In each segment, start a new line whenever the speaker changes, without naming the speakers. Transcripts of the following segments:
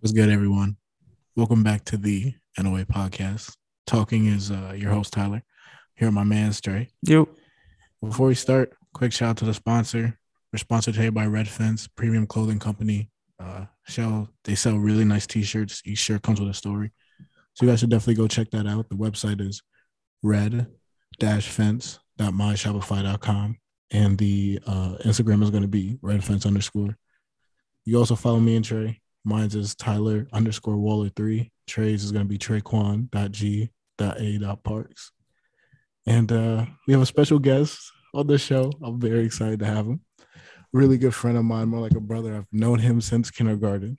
What's good, everyone? Welcome back to the NOA podcast. Talking is uh, your host, Tyler. Here, with my man, Stray.
Yo.
Before we start, quick shout out to the sponsor. We're sponsored today by Red Fence Premium Clothing Company. Uh, shell they sell really nice T-shirts. Each shirt comes with a story, so you guys should definitely go check that out. The website is red-fence.myshopify.com, and the uh, Instagram is going to be redfence underscore. You also follow me and Trey. Mine's is Tyler underscore Waller three. Trey's is going to be Traquan dot G dot A dot Parks. And uh, we have a special guest on the show. I'm very excited to have him. Really good friend of mine, more like a brother. I've known him since kindergarten.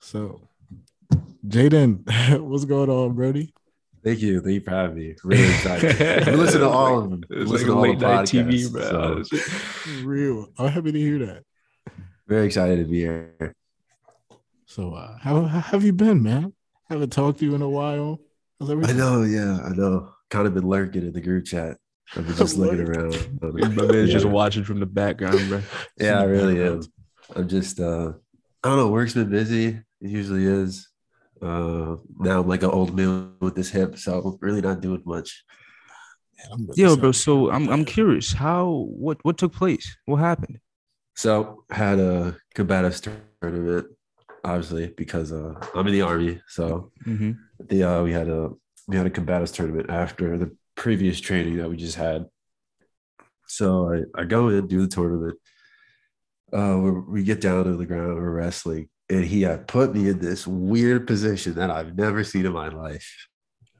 So, Jaden, what's going on, Brody?
Thank you. Thank you for having me. Really excited. We listen to all of them.
It's
Listen to
like a
all the
late night
podcasts,
TV, bro.
Real. I'm happy to hear that.
Very excited to be here.
So, uh, how, how have you been, man? Haven't talked to you in a while. How's
I
everything?
know. Yeah, I know. Kind of been lurking in the group chat. I've been just looking around.
My man's just
Yeah.
watching from the background, bro.
Yeah, I really am. I'm just uh I don't know, work's been busy. It usually is. Uh now I'm like an old man with this hip, so I'm really not doing much.
I'm really
Yo,
sorry.
bro. So I'm I'm curious. How what what took place? What happened?
So had a combatives tournament, obviously, because uh I'm in the army, so
Mm-hmm.
the uh, we had a we had a combatives tournament after the previous training that we just had. So I, I go in do the tournament. Uh, we, we get down to the ground, we're wrestling, and he had put me in this weird position that I've never seen in my life.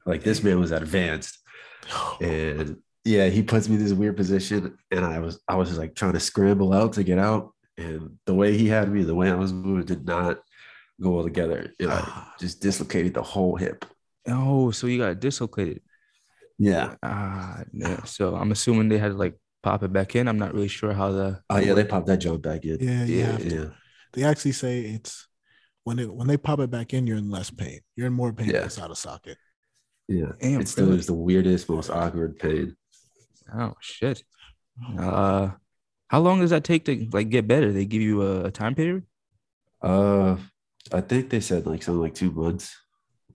Like this man was advanced, and yeah, he puts me in this weird position, and I was I was just like trying to scramble out to get out, and the way he had me, the way I was moving, did not go well together. It like just dislocated the whole hip.
Oh, so you got dislocated.
Yeah.
Ah, no. So I'm assuming they had to like pop it back in. I'm not really sure how the.
Oh yeah, they popped that joint back in.
Yeah, you
Yeah,
have to.
Yeah.
They actually say it's when it when they pop it back in, you're in less pain. You're in more pain
Yeah.
when it's out of socket.
Yeah.
Damn,
It still
really?
is the weirdest, most awkward pain.
Oh shit. Uh, how long does that take to like get better? They give you a, a time period?
Uh I think they said like something like two months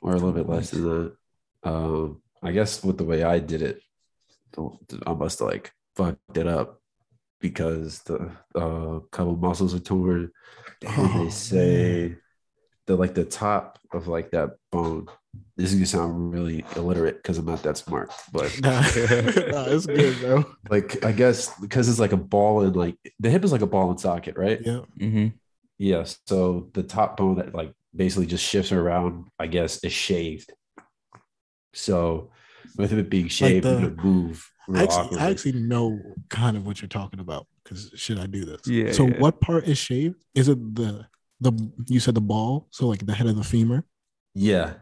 or a little bit less than that. Um, I guess with the way I did it, I must have like fucked it up because the uh couple muscles are torn. And
Oh,
they say the like the top of like that bone. This is gonna sound really illiterate because I'm not that smart, but
Nah, nah, it's good, bro.
like I guess because it's like a ball and like the hip is like a ball and socket, right?
Yeah.
Mm-hmm.
Yeah. So the top bone that like basically just shifts around, I guess, is shaved. So with it being shaved,
the-
it would move
I
real
actually, I
awkwardly.
actually know kind of what you're talking about because should I do this?
Yeah,
So
yeah.
what part is shaved? Is it the the you said the ball? So like the head of the femur
yeah.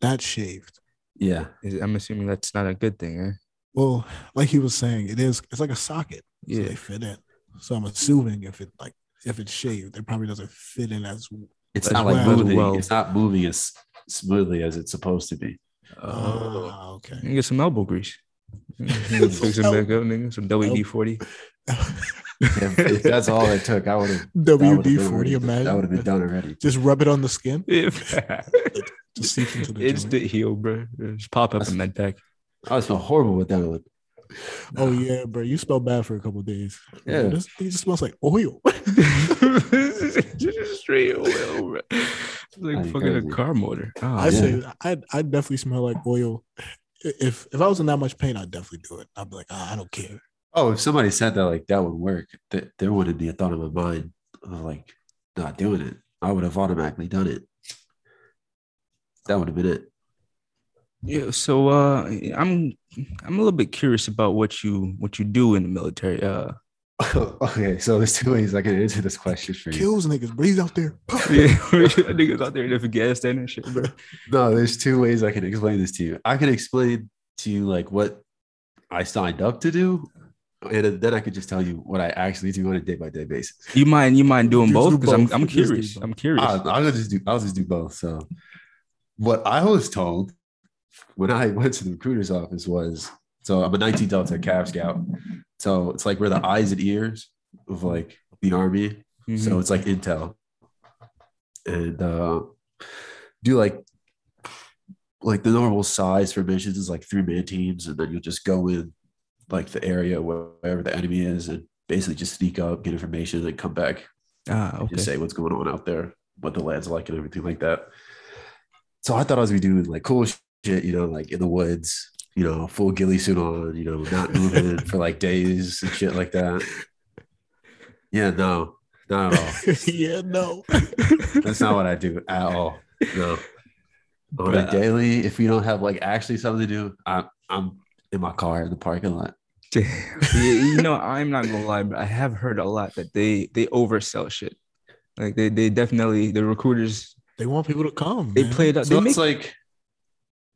that's shaved.
Yeah.
Is, I'm assuming that's not a good thing, eh?
Well, like he was saying, it is. It's like a socket. so they fit in. So I'm assuming if it like if it's shaved, it probably doesn't fit in as
It's
As
not like
well. As
moving.
well.
It's not moving as smoothly as it's supposed to be.
oh.
Uh,
Ah, okay.
You get some elbow grease. Fix it back up, nigga. Some WD forty.
if, if that's all it took, I would have
WD forty. Imagine
That would have been done already.
Just rub it on the skin. Just
It's
seep into the joint.
the heel, bro. Just pop up
That's-
in med pack.
I would smell horrible with that one.
Oh yeah, bro. You smell bad for a couple of days.
Yeah.
Bro, this thing just smells like oil.
Just straight oil, bro. It's like
That'd be
fucking
crazy.
a car motor. Oh,
I
man.
say I I definitely smell like oil. I- If if I was in that much pain, I'd definitely do it. I'd be like, ah, I don't care.
Oh, if somebody said that, like that would work, th- there wouldn't be a thought in my mind of like not doing it. I would have automatically done it. That would have been it.
Yeah, so uh, I'm I'm a little bit curious about what you what you do in the military. Uh,
okay, so there's two ways I can answer this question for you.
Kills niggas, but he's out there.
yeah, niggas out there in the gas stand and shit, bro.
No, there's two ways I can explain this to you. I can explain to you like what I signed up to do, and then I could just tell you what I actually do on a day by day basis.
You mind you mind doing
Just
both?
do
Because I'm
both.
I'm
Just do
curious.
both.
I'm curious.
I, I'll just do. I'll just do both. So, what I was told when I went to the recruiter's office was, so I'm a 19 Delta Cav Scout. So it's like we're the eyes and ears of like the army.
Mhm.
So it's like intel. And uh, do like like the normal size for missions is like three man teams, and then you'll just go in like the area where- wherever the enemy is, and basically just sneak up, get information, and then come back
Ah,
and
okay.
just say what's going on out there, what the land's like, and everything like that. So I thought I was gonna be doing like cool shit, you know, like in the woods, you know, full ghillie suit on, you know, not moving for like days and shit like that. Yeah, no, not at all.
yeah, no.
That's not what I do at all. No. On
Bruh.
a daily, if we don't have like actually something to do, I'm I'm in my car in the parking lot.
Damn. Yeah, you know, I'm not gonna lie, but I have heard a lot that they they oversell shit. Like they they definitely the recruiters
They want people to come.
they
man.
play it up.
So
They make
it's like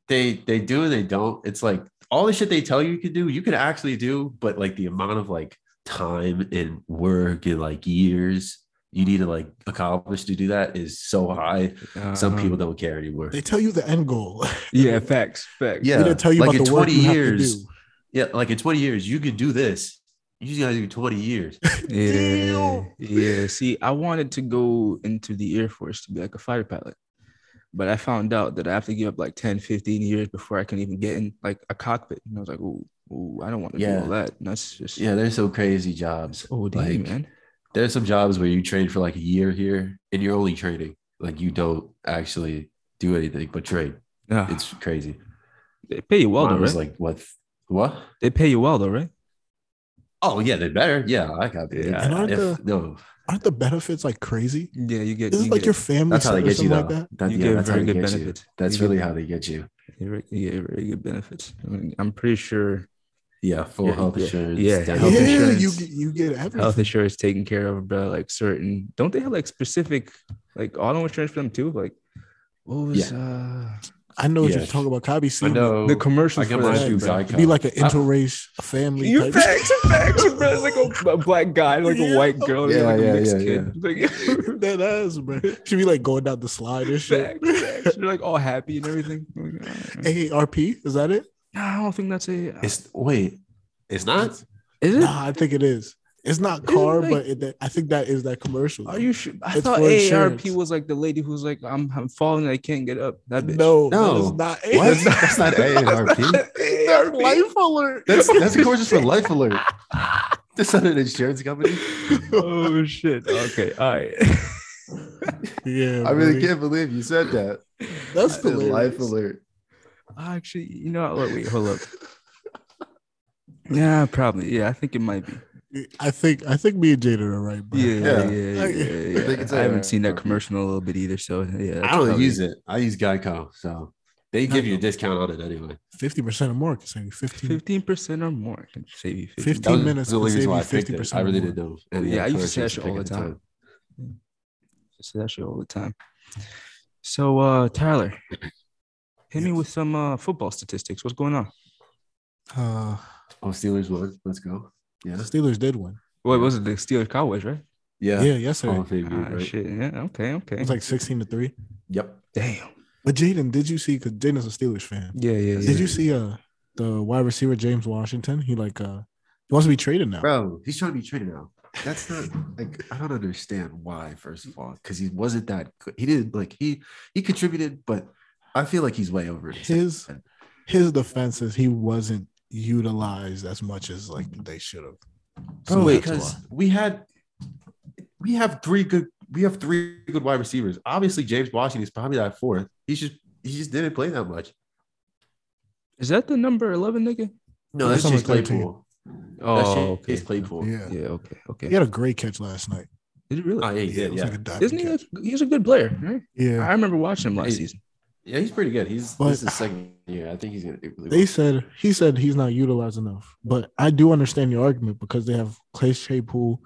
they they do and they don't. It's like all the shit they tell you you can do, you can actually do, but like the amount of like time and work and like years you need to like accomplish to do that is so high. Some
Uh-huh.
people don't care anymore.
They tell you the end goal.
Yeah, facts, facts.
Yeah.
they didn't tell you
like
about
in
the work
20
you have
years,
to do.
Yeah, like in 20 years, you can do this. You guys do 20 years.
Yeah,
Deal.
yeah. See, I wanted to go into the Air Force to be like a fighter pilot, but I found out that I have to give up like 10, 15 years before I can even get in like a cockpit. And I was like, oh, ooh, I don't want to do
Yeah.
all that. And that's just
Yeah, there's some crazy jobs.
OD,
like,
man.
There's some jobs where you train for like a year here and you're only training. Like you don't actually do anything but train.
Yeah,
It's crazy.
they pay you well
Mine
though,
was
right?
like what what?
they pay you well though, right?
Oh yeah, they better. Yeah, I got it.
And aren't the-
no,
Aren't the benefits like crazy?
Yeah, you get.
Isn't
you
like
get,
your family
that's how they
set or
get you
something
though.
like that?
That-
You
yeah,
get
that's how
very
they
good
get you.
benefits.
That's
You get-
really how they get you.
you re- you get very good benefits. I mean, I'm pretty sure
Yeah, full
Yeah,
health
yeah,
insurance.
yeah,
dental
health
yeah,
insurance.
you
insurance.
get- you get everything.
health insurance taken care of, bro. Like certain, don't they have like specific like auto insurance for them too? Like what was
I know what you're
Yes.
talking about. Copy
I
seen it.
know.
uh the commercial
I get
for
mine
that?
through
shit, bro.
It'd
Zycom.
be like an
I-
interrace family.
You
type-
facts, facts, bro. It's like a, a black guy, like a
Yeah.
white girl, and
Yeah,
like a
yeah,
mixed
yeah,
kid. Like,
that ass, bro. Should be like going down the slide and shit.
facts, facts. They're like all happy and everything. Like, all right.
AARP, is that it?
Nah, I don't think that's a.
It's wait, it's not.
is it?
Nah, I think it is. It's not
It's
car,
like-
but it, I think that is that commercial.
Are you sure? I
It's
thought
for
AARP
insurance.
was like the lady who's like, I'm, I'm falling, I can't get up. That bitch.
No,
No.
that is not it.
What? That's not AARP.
That's
AARP.
life alert.
That's that's gorgeous for life alert. That's not an insurance company.
oh shit. Okay. All right.
yeah,
I really
buddy.
can't believe you said that.
That's
I did life
hilarious.
alert.
Actually, you know, what? wait, hold up. Yeah, probably. Yeah, I think it might be.
I think I think me and Jaden are right, bro.
Yeah, yeah,
Yeah.
yeah. yeah,
I-
I think it's
I haven't seen that
AARP.
commercial in a little bit either. So yeah, that's
I don't
probably-
use it. I use Geico, so they give you a discount on it anyway.
fifty percent or more can save you fifteen.
Fifteen percent or more can save you. 15.
15
That was
minutes
the only
can
reason
save
why I
you
picked it.
50%
I really
more.
didn't know. any
Yeah, I
other
used to say that
insurance
shit
pick
all the
at
time. Say that shit all the time. So uh, Tyler, hit me
Yes.
with some uh, football statistics. What's going on?
Uh,
Oh, Steelers won. Let's go. Yeah.
the Steelers did win.
What was it? The Steelers Cowboys, right?
Yeah. Oh.
Yeah, yesterday
Hall of Fame game,
Ah,
right?
shit. Yeah. Okay. Okay.
it was like sixteen to three.
Yep.
Damn.
But Jaden, did you see? Because Jaden's a Steelers fan.
Yeah. Yeah. yeah.
Did you see uh the wide receiver James Washington? He like uh he wants to be traded now.
Bro, he's trying to be traded now. That's not like I don't understand why, first of all, because he wasn't that good. He didn't like he he contributed, but I feel like he's way over his head.
His his defense is he wasn't utilized as much as like they should have.
Bro,
that's
because
why.
we had we have three good we have three good wide receivers. Obviously, James Washington is probably that fourth. He just he just didn't play that much.
Is that the number eleven nigga?
No,
That's
that's Chase
number 13.
Claypool. That's
Oh,
Chase Claypool.
yeah.
Yeah. Okay. Okay.
he had a great catch last night.
Did it really?
Oh, yeah, he
it
did,
was
yeah.
like a diving
Isn't he? A,
catch.
he's a good player. Right?
yeah,
I remember watching him last
Hey.
season.
Yeah, he's pretty good. He's
But-
this is his second year. I think he's gonna do really
They
well.
said he said he's not utilized enough, but I do understand your argument because they have Clay Claypool,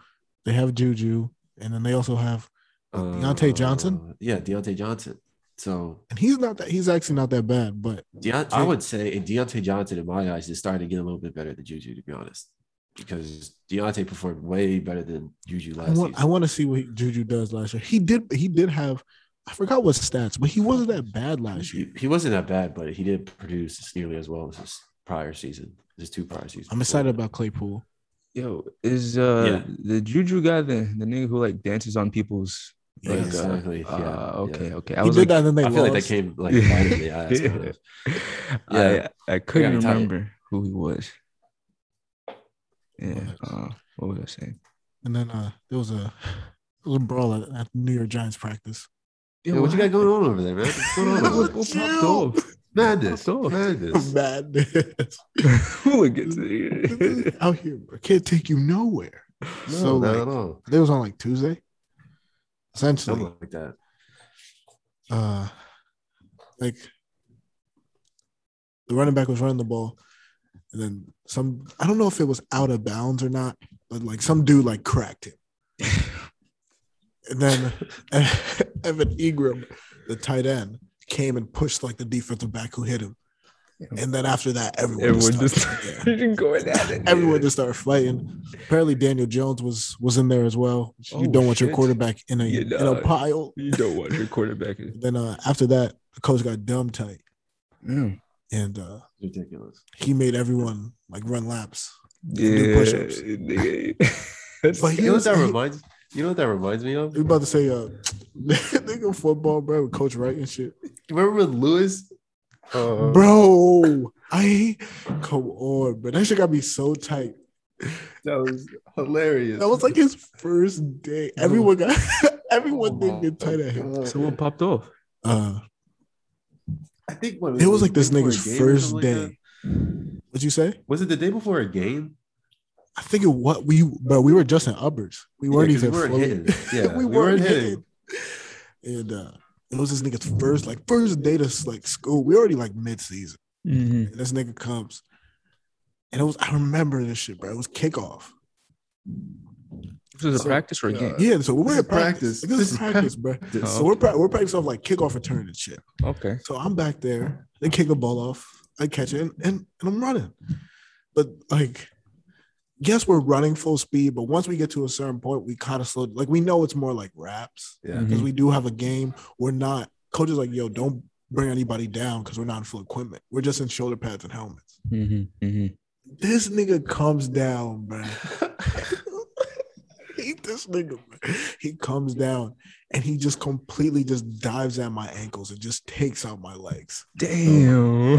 they have Juju, and then they also have, Deontay Johnson?
Uh, Yeah, Deontay Johnson. So
and he's not that he's actually not that bad, but
Deont- I
Jake-
would say and Deontay Johnson, in my eyes, is starting to get a little bit better than Juju, to be honest, because Deontay performed way better than Juju
I
last
want I
season.
want to see what he- Juju does last year. He did he did have I forgot what stats, but he wasn't that bad last year.
He, he wasn't that bad, but he didn't produce as nearly as well as his prior season. His two prior seasons.
I'm excited about Claypool.
Yo, is uh the Juju guy the the nigga who like dances on people's
Yeah.
Like, uh,
exactly.
Ah,
yeah.
okay, okay. I
he
was
did
like,
that and then they
I feel like that
lost.
came like
Yeah.
right in the ass. Kind of. Yeah.
I, I couldn't
gotta tell you.
remember who he was. Yeah.
What?
Uh, what was I saying?
And then uh, there was a, there was a brawl at, at New York Giants practice.
Yeah, what you got going on over there, man? What's going on? over
What- what
there?
popped
Chill.
Madness.
Popped off.
Madness.
Madness.
We'll get to it.
out here, bro. Can't take you nowhere.
No,
so
not
like,
at all.
it was on like Tuesday. Essentially,
Something like that.
uh, like the running back was running the ball, and then some. I don't know if it was out of bounds or not, but like some dude like cracked him, and then Evan Ingram, the tight end, came and pushed like the defensive back who hit him, and then after that, everyone,
Everyone
just
just
started- yeah.
going at it.
Everyone just started fighting. Apparently, Daniel Jones was was in there as well. You
Oh,
don't want your
shit.
quarterback in a
Yeah,
in a
dog.
pile.
You don't want your quarterback. in-
Then uh, after that, the coach got dumb tight, and uh,
Ridiculous.
he made everyone like run laps.
Yeah.
push-ups.
nigga.
But
You know what
was-
that reminds you know what that reminds me of?
We about to say, uh, nigga, football, bro, with Coach Wright and shit,
Remember with Lewis? Uh,
bro. I come on, bro. That shit got me so tight.
That was hilarious.
That was like his first day. Everyone got everyone
Oh
did get tight at him. um,
Someone popped off.
Uh,
I think what,
it was like this
the day before
nigga's
a game or
first
something like
day. What'd you say?
that? was it the day before a game?
I think it what we but we were just in uppers. We weren't
Yeah, 'cause
even
we weren't
fully-
hitting. Yeah,
we, weren't hitting. And uh it was this nigga's first like first day to like school. We already like mid season.
Mm-hmm.
And this nigga comes. And it was I remember this shit, bro. It was kickoff.
This was a
So,
practice or a game. Oh,
Yeah, so
This
we're
is
in practice.
practice.
Like, this,
This
is
is
practice, bro.
This-
So we're pra- we're practicing off like kickoff return and shit.
Okay.
So I'm back there. They kick the ball off. I catch it and, and, and I'm running. But like, yes, we're running full speed, but once we get to a certain point, we kind of slow. Like we know it's more like wraps
Yeah.
Mhm.
because we do have a game. We're not coach is like, yo, don't bring anybody down because we're not in full equipment. We're just in shoulder pads and helmets.
Mm-hmm. Mm-hmm.
This nigga comes down, man. Hate this nigga, man. He comes down and he just completely just dives at my ankles and just takes out my legs. Oh,
Damn.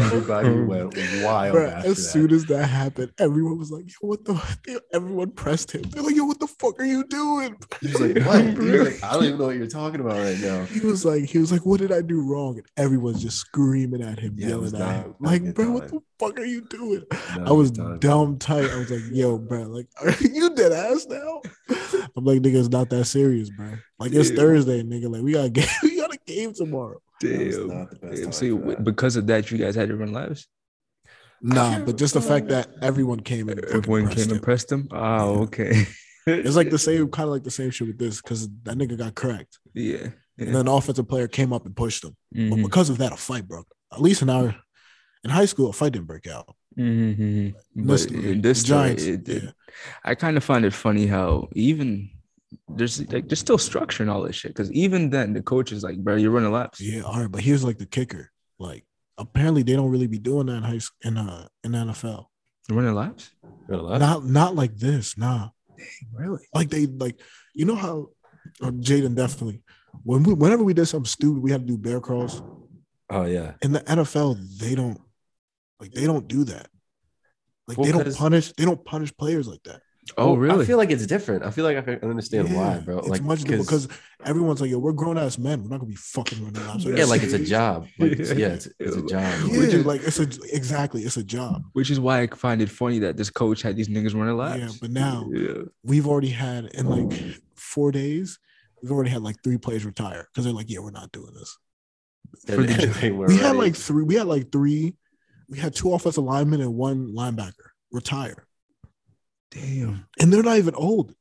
Everybody went wild
Mm-hmm. Bruh,
after
as
that.
soon as that happened, everyone was like, "Yo, what the?" Everyone pressed him. They're like, "Yo, what the fuck are you doing?"
He was like, what? He was like, I don't even know what you're talking about right now.
He was like, "He was like, what did I do wrong?" And everyone's just screaming at him,
Yeah, it was
yelling at
not-
him,
not a
like,
good
"Bro, what the
time.
fuck are you doing?"
Not
I was
good time.
dumb tight. I was like, "Yo, bro, like, are you dead ass now?" I'm like, "Nigga, it's not that serious, bro. Like, it's
Yeah.
Thursday, nigga. Like, we got a game. we got a game tomorrow."
That was
Damn.
not the best
Damn.
time
See,
for that.
because of that, you guys had to run laps.
Nah,
can't
but just the fact that
remember.
everyone came and fucking
Everyone
pressed
came
him.
and pressed him. Oh, okay.
It's like the same, kind of like the same shit with this, because that nigga got cracked.
yeah.
and then an offensive player came up and pushed him. But
Mm-hmm.
because of that, a fight broke. At least in our in high school, a fight didn't break out.
Mm-hmm.
In
But
league,
in this
the
story,
Giants,
it, it,
yeah.
I kind of find it funny how even there's like there's still structure and all this shit. Because even then, the coach is like, "Bro, you're running laps."
yeah, all right. But here's like the kicker: like apparently they don't really be doing that in high school in uh in the NFL.
You're running laps?
Got a lot?
Not not like this, nah.
Really?
Like they like you know how or Jaden definitely when we whenever we did something stupid, we had to do bear crawls.
Oh yeah.
In the NFL, they don't like they don't do that. Like
Well,
they don't
'cause-
punish they don't punish players like that.
Oh,
Well,
really?
I feel like it's different. I feel like I can understand why, bro.
It's
like
much different
'cause-
because everyone's like, yo, we're grown ass men. We're not gonna be fucking running laps.
Yeah,
yeah, like it's a
job.
job. Like, it's- yeah, it's, it's a job.
Yeah,
Which is-
like it's a exactly, it's a job.
Which is why I find it funny that this coach had these niggas running laps.
Yeah, but now-
Yeah.
We've already had in like four days, we've already had like three players retire because they're like, yeah, we're not doing this.
They-
for the-
they were
we had
ready.
like three, we had like three, we had two offensive linemen and one linebacker retire,
Damn.
and they're not even old.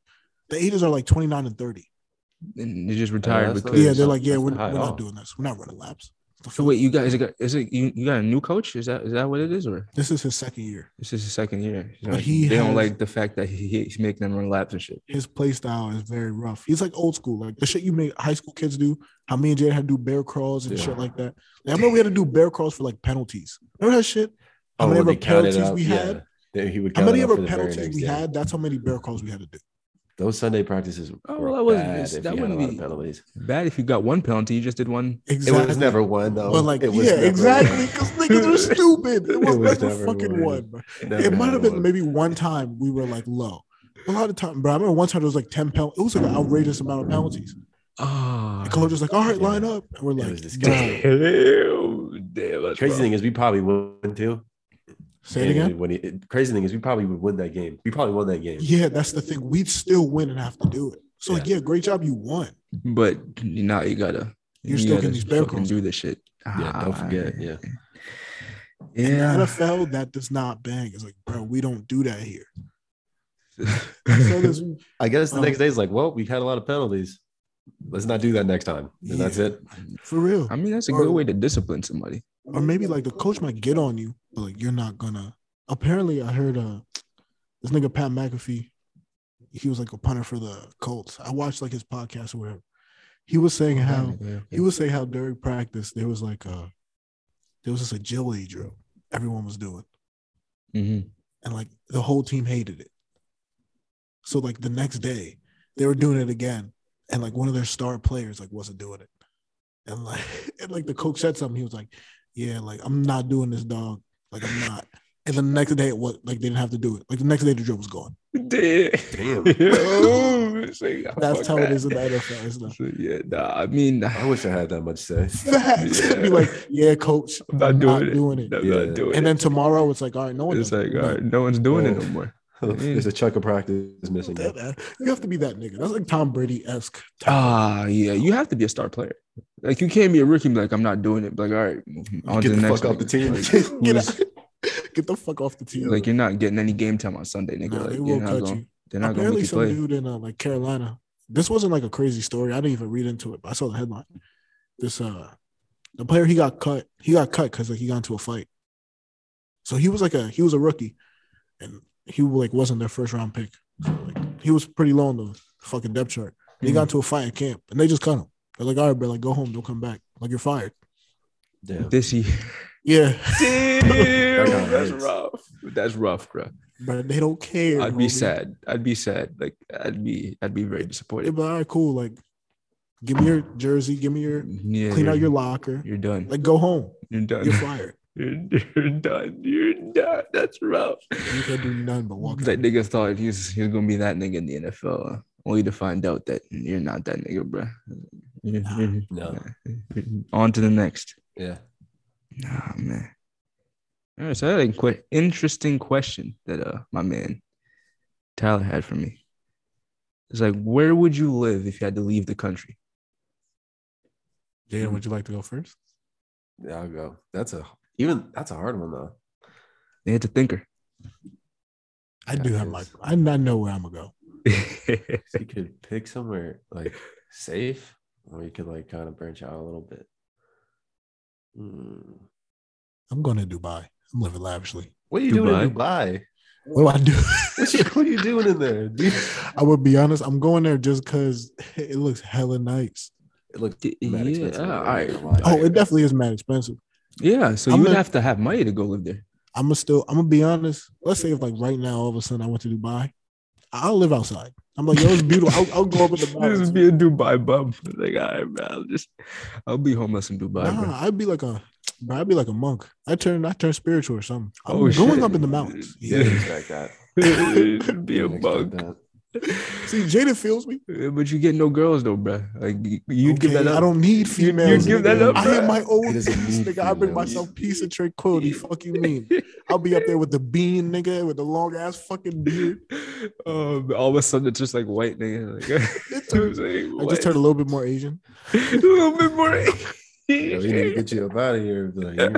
The ages are like twenty nine and thirty.
And they just retired
that's not-
because.
Yeah, they're like, yeah,
That's
we're,
not high
we're
at
not
all.
doing this. We're not running laps. The
So
fuck?
wait, you guys got is it you, you got a new coach? Is that is that what it is, or
This is his second year.
this is his second year? He's
But
like,
he
they
has-
don't like the fact that he, he's making them run laps and shit.
his play style is very rough. He's like old school, like the shit you make high school kids do. How me and Jay had to do bear crawls and
Yeah.
shit like that. Like, I remember we had to do bear crawls for like penalties. Remember that shit? How many
oh, when
ever
they counted
penalties
up,
we
yeah.
had?
They- He would
How
count
many
it up
ever
for the very
penalties
next
we
day.
had? That's how many bear crawls we had to do.
Those Sunday practices.
Oh,
were
well, that wasn't-
bad
it's-
if
that
you had a
wouldn't
lot of
be-
penalties.
Bad if you got one penalty, you just did one.
It was never one though.
But like,
it was
yeah,
never
exactly. Because niggas were stupid. It
It
was,
was
never
never
fucking
one.
one. bro.
one.
It
Never
might
had
have been
one.
maybe one time we were like low. A lot of time, bro. I remember one time there was like ten penalties. It was like an outrageous amount of penalties.
Oh,
And Coach was like, "All right,
Yeah.
line up," and we're
It
like,
was
"Nah."
disgusting.
damn, damn, that's
Crazy
rough.
thing is, we probably won too.
"Say it again."
When he, it- crazy thing is, we probably would win that game. We probably won that game.
Yeah, that's the thing. We'd still win and have to do it. So like, yeah, great job, you won.
But now you gotta.
You're
you
still
gotta
getting these bear
fucking
crawls.
Do this shit.
Yeah, don't forget.
Ah,
Yeah,
In the
Yeah.
NFL, that does not bang. It's like, bro, we don't do that here. So this,
I guess the
Um,
next day is like, well, we had a lot of penalties. Let's not do that next time. And that's
Yeah.
it.
for real,
I mean, that's a
Or-
good way to discipline somebody.
or maybe like the coach might get on you, but like you're not gonna. Apparently, I heard uh this nigga Pat McAfee, he was like a punter for the Colts. I watched like his podcast or whatever. He was saying how he would say how during practice there was like a there was this agility drill everyone was doing,
Mhm.
and like the whole team hated it. So like the next day they were doing it again, and like one of their star players like wasn't doing it, and like and like the coach said something. He was like, "Yeah, like I'm not doing this, dog. Like I'm not." And the next day it was like they didn't have to do it. Like the next day the drill was gone.
Damn.
Damn.
Yo, it's like, oh,
That's
fuck
how it
that.
is in the NFL. It's not.
So, yeah, nah, I mean, I'm
I wish I had that much say.
Facts. Be like, yeah, coach,
not
not
doing it.
doing it.
I'm
Yeah.
not doing
And
it.
then tomorrow it's like, all right, no one.
It's
does it.
like,
No.
all right, no one's doing it
Yeah.
no more.
There's a chunk of practice missing.
That
there.
bad. You have to be that nigga. That's like Tom Brady esque.
Ah, yeah, you have to be a star player. Like, you can't be a rookie and be like, I'm not doing it. Like, all right, on
Get
to the,
the
next
fuck off the
nigga.
team.
Like,
Get,
who's-
out. Get the fuck off the team.
like, you're not getting any game time on Sunday, nigga.
Nah,
like,
they
you're
will
not
cut
going,
you.
they're not going to
Apparently,
make you
some
play.
dude in uh, like Carolina. This wasn't like a crazy story. I didn't even read into it, but I saw the headline. This uh, the player he got cut. He got cut because like he got into a fight. So he was like a he was a rookie, and he like wasn't their first round pick. So like he was pretty low on the fucking depth chart. He
Hmm.
got into a fight at camp, and they just cut him. They're like, all right, bro, like go home, don't come back. Like you're fired.
Damn.
This year.
Yeah,
Damn,
kinda
that's
hurts.
rough. That's rough, bro.
but they don't care.
I'd be
homie.
sad. I'd be sad. Like I'd be I'd be very
They'd
disappointed.
be like, all right, cool. Like, give me your jersey, give me your
Yeah,
clean out
you're-
your locker.
You're done.
Like, go home.
You're done.
You're fired.
You're, you're done. You're done. That's rough.
You can't do nothing but walk.
That nigga thought he was, he was gonna be that nigga in the NFL, uh, only to find out that you're not that nigga, bro.
No.
On to the next.
Yeah.
Nah, man. All right, so I had a quite interesting question that uh my man Tyler had for me. It's like, where would you live if you had to leave the country?
Jaden, would you like to go first?
Yeah, I'll go. That's a even that's a hard one though.
They had to thinker.
I
Yeah,
do
it
have my.
is.
I I know where I'm gonna go.
So you could pick somewhere like safe, or you could like kind of branch out a little bit. Hmm.
I'm going to Dubai. I'm living lavishly.
What are you doing in Dubai?
What do I
What you,
do?
what are you doing in there? dude?
I would be honest. I'm going there just because it looks hella nice.
It looked
D-
mad
yeah,
expensive. I'm not
alright.
gonna lie.
Oh, it definitely is mad expensive.
yeah, so
I'm
you would
gonna-
have to have money to go live there.
I'm gonna still. I'm gonna be honest. Let's say if like right now, all of a sudden, I went to Dubai. I'll live outside. I'm like, yo, it's beautiful. I'll, I'll go up in the
This
mountains.
would be a Dubai bum. Like, all right, bro, I'll just I'll be homeless in Dubai. bro.
Nah, I'd be like a, bro, I'd be like a monk. I turn, I turn spiritual or something. I'm
Oh,
going
shit.
up in the mountains.
Yeah.
Yeah.
Didn't expect that.
It'd be a
Didn't expect
bug.
that.
See, Jada feels me.
But you get no girls though, bro. Like you- you'd give
Okay,
that up.
I don't need
You'd- you'd
females.
give
nigga.
that up,
I am
bruh.
my own
He doesn't
peace,
need
nigga. I bring
females.
myself peace and tranquility.
Yeah.
Fuck you mean? I'll be up there with the bean, nigga, with the long ass fucking beard.
um, all of a sudden, it's just like white nigga. Like,
It
I,
turned- I just turned a little bit more Asian.
a little bit more.
Yo, we need to get you up out of here. Like, you're,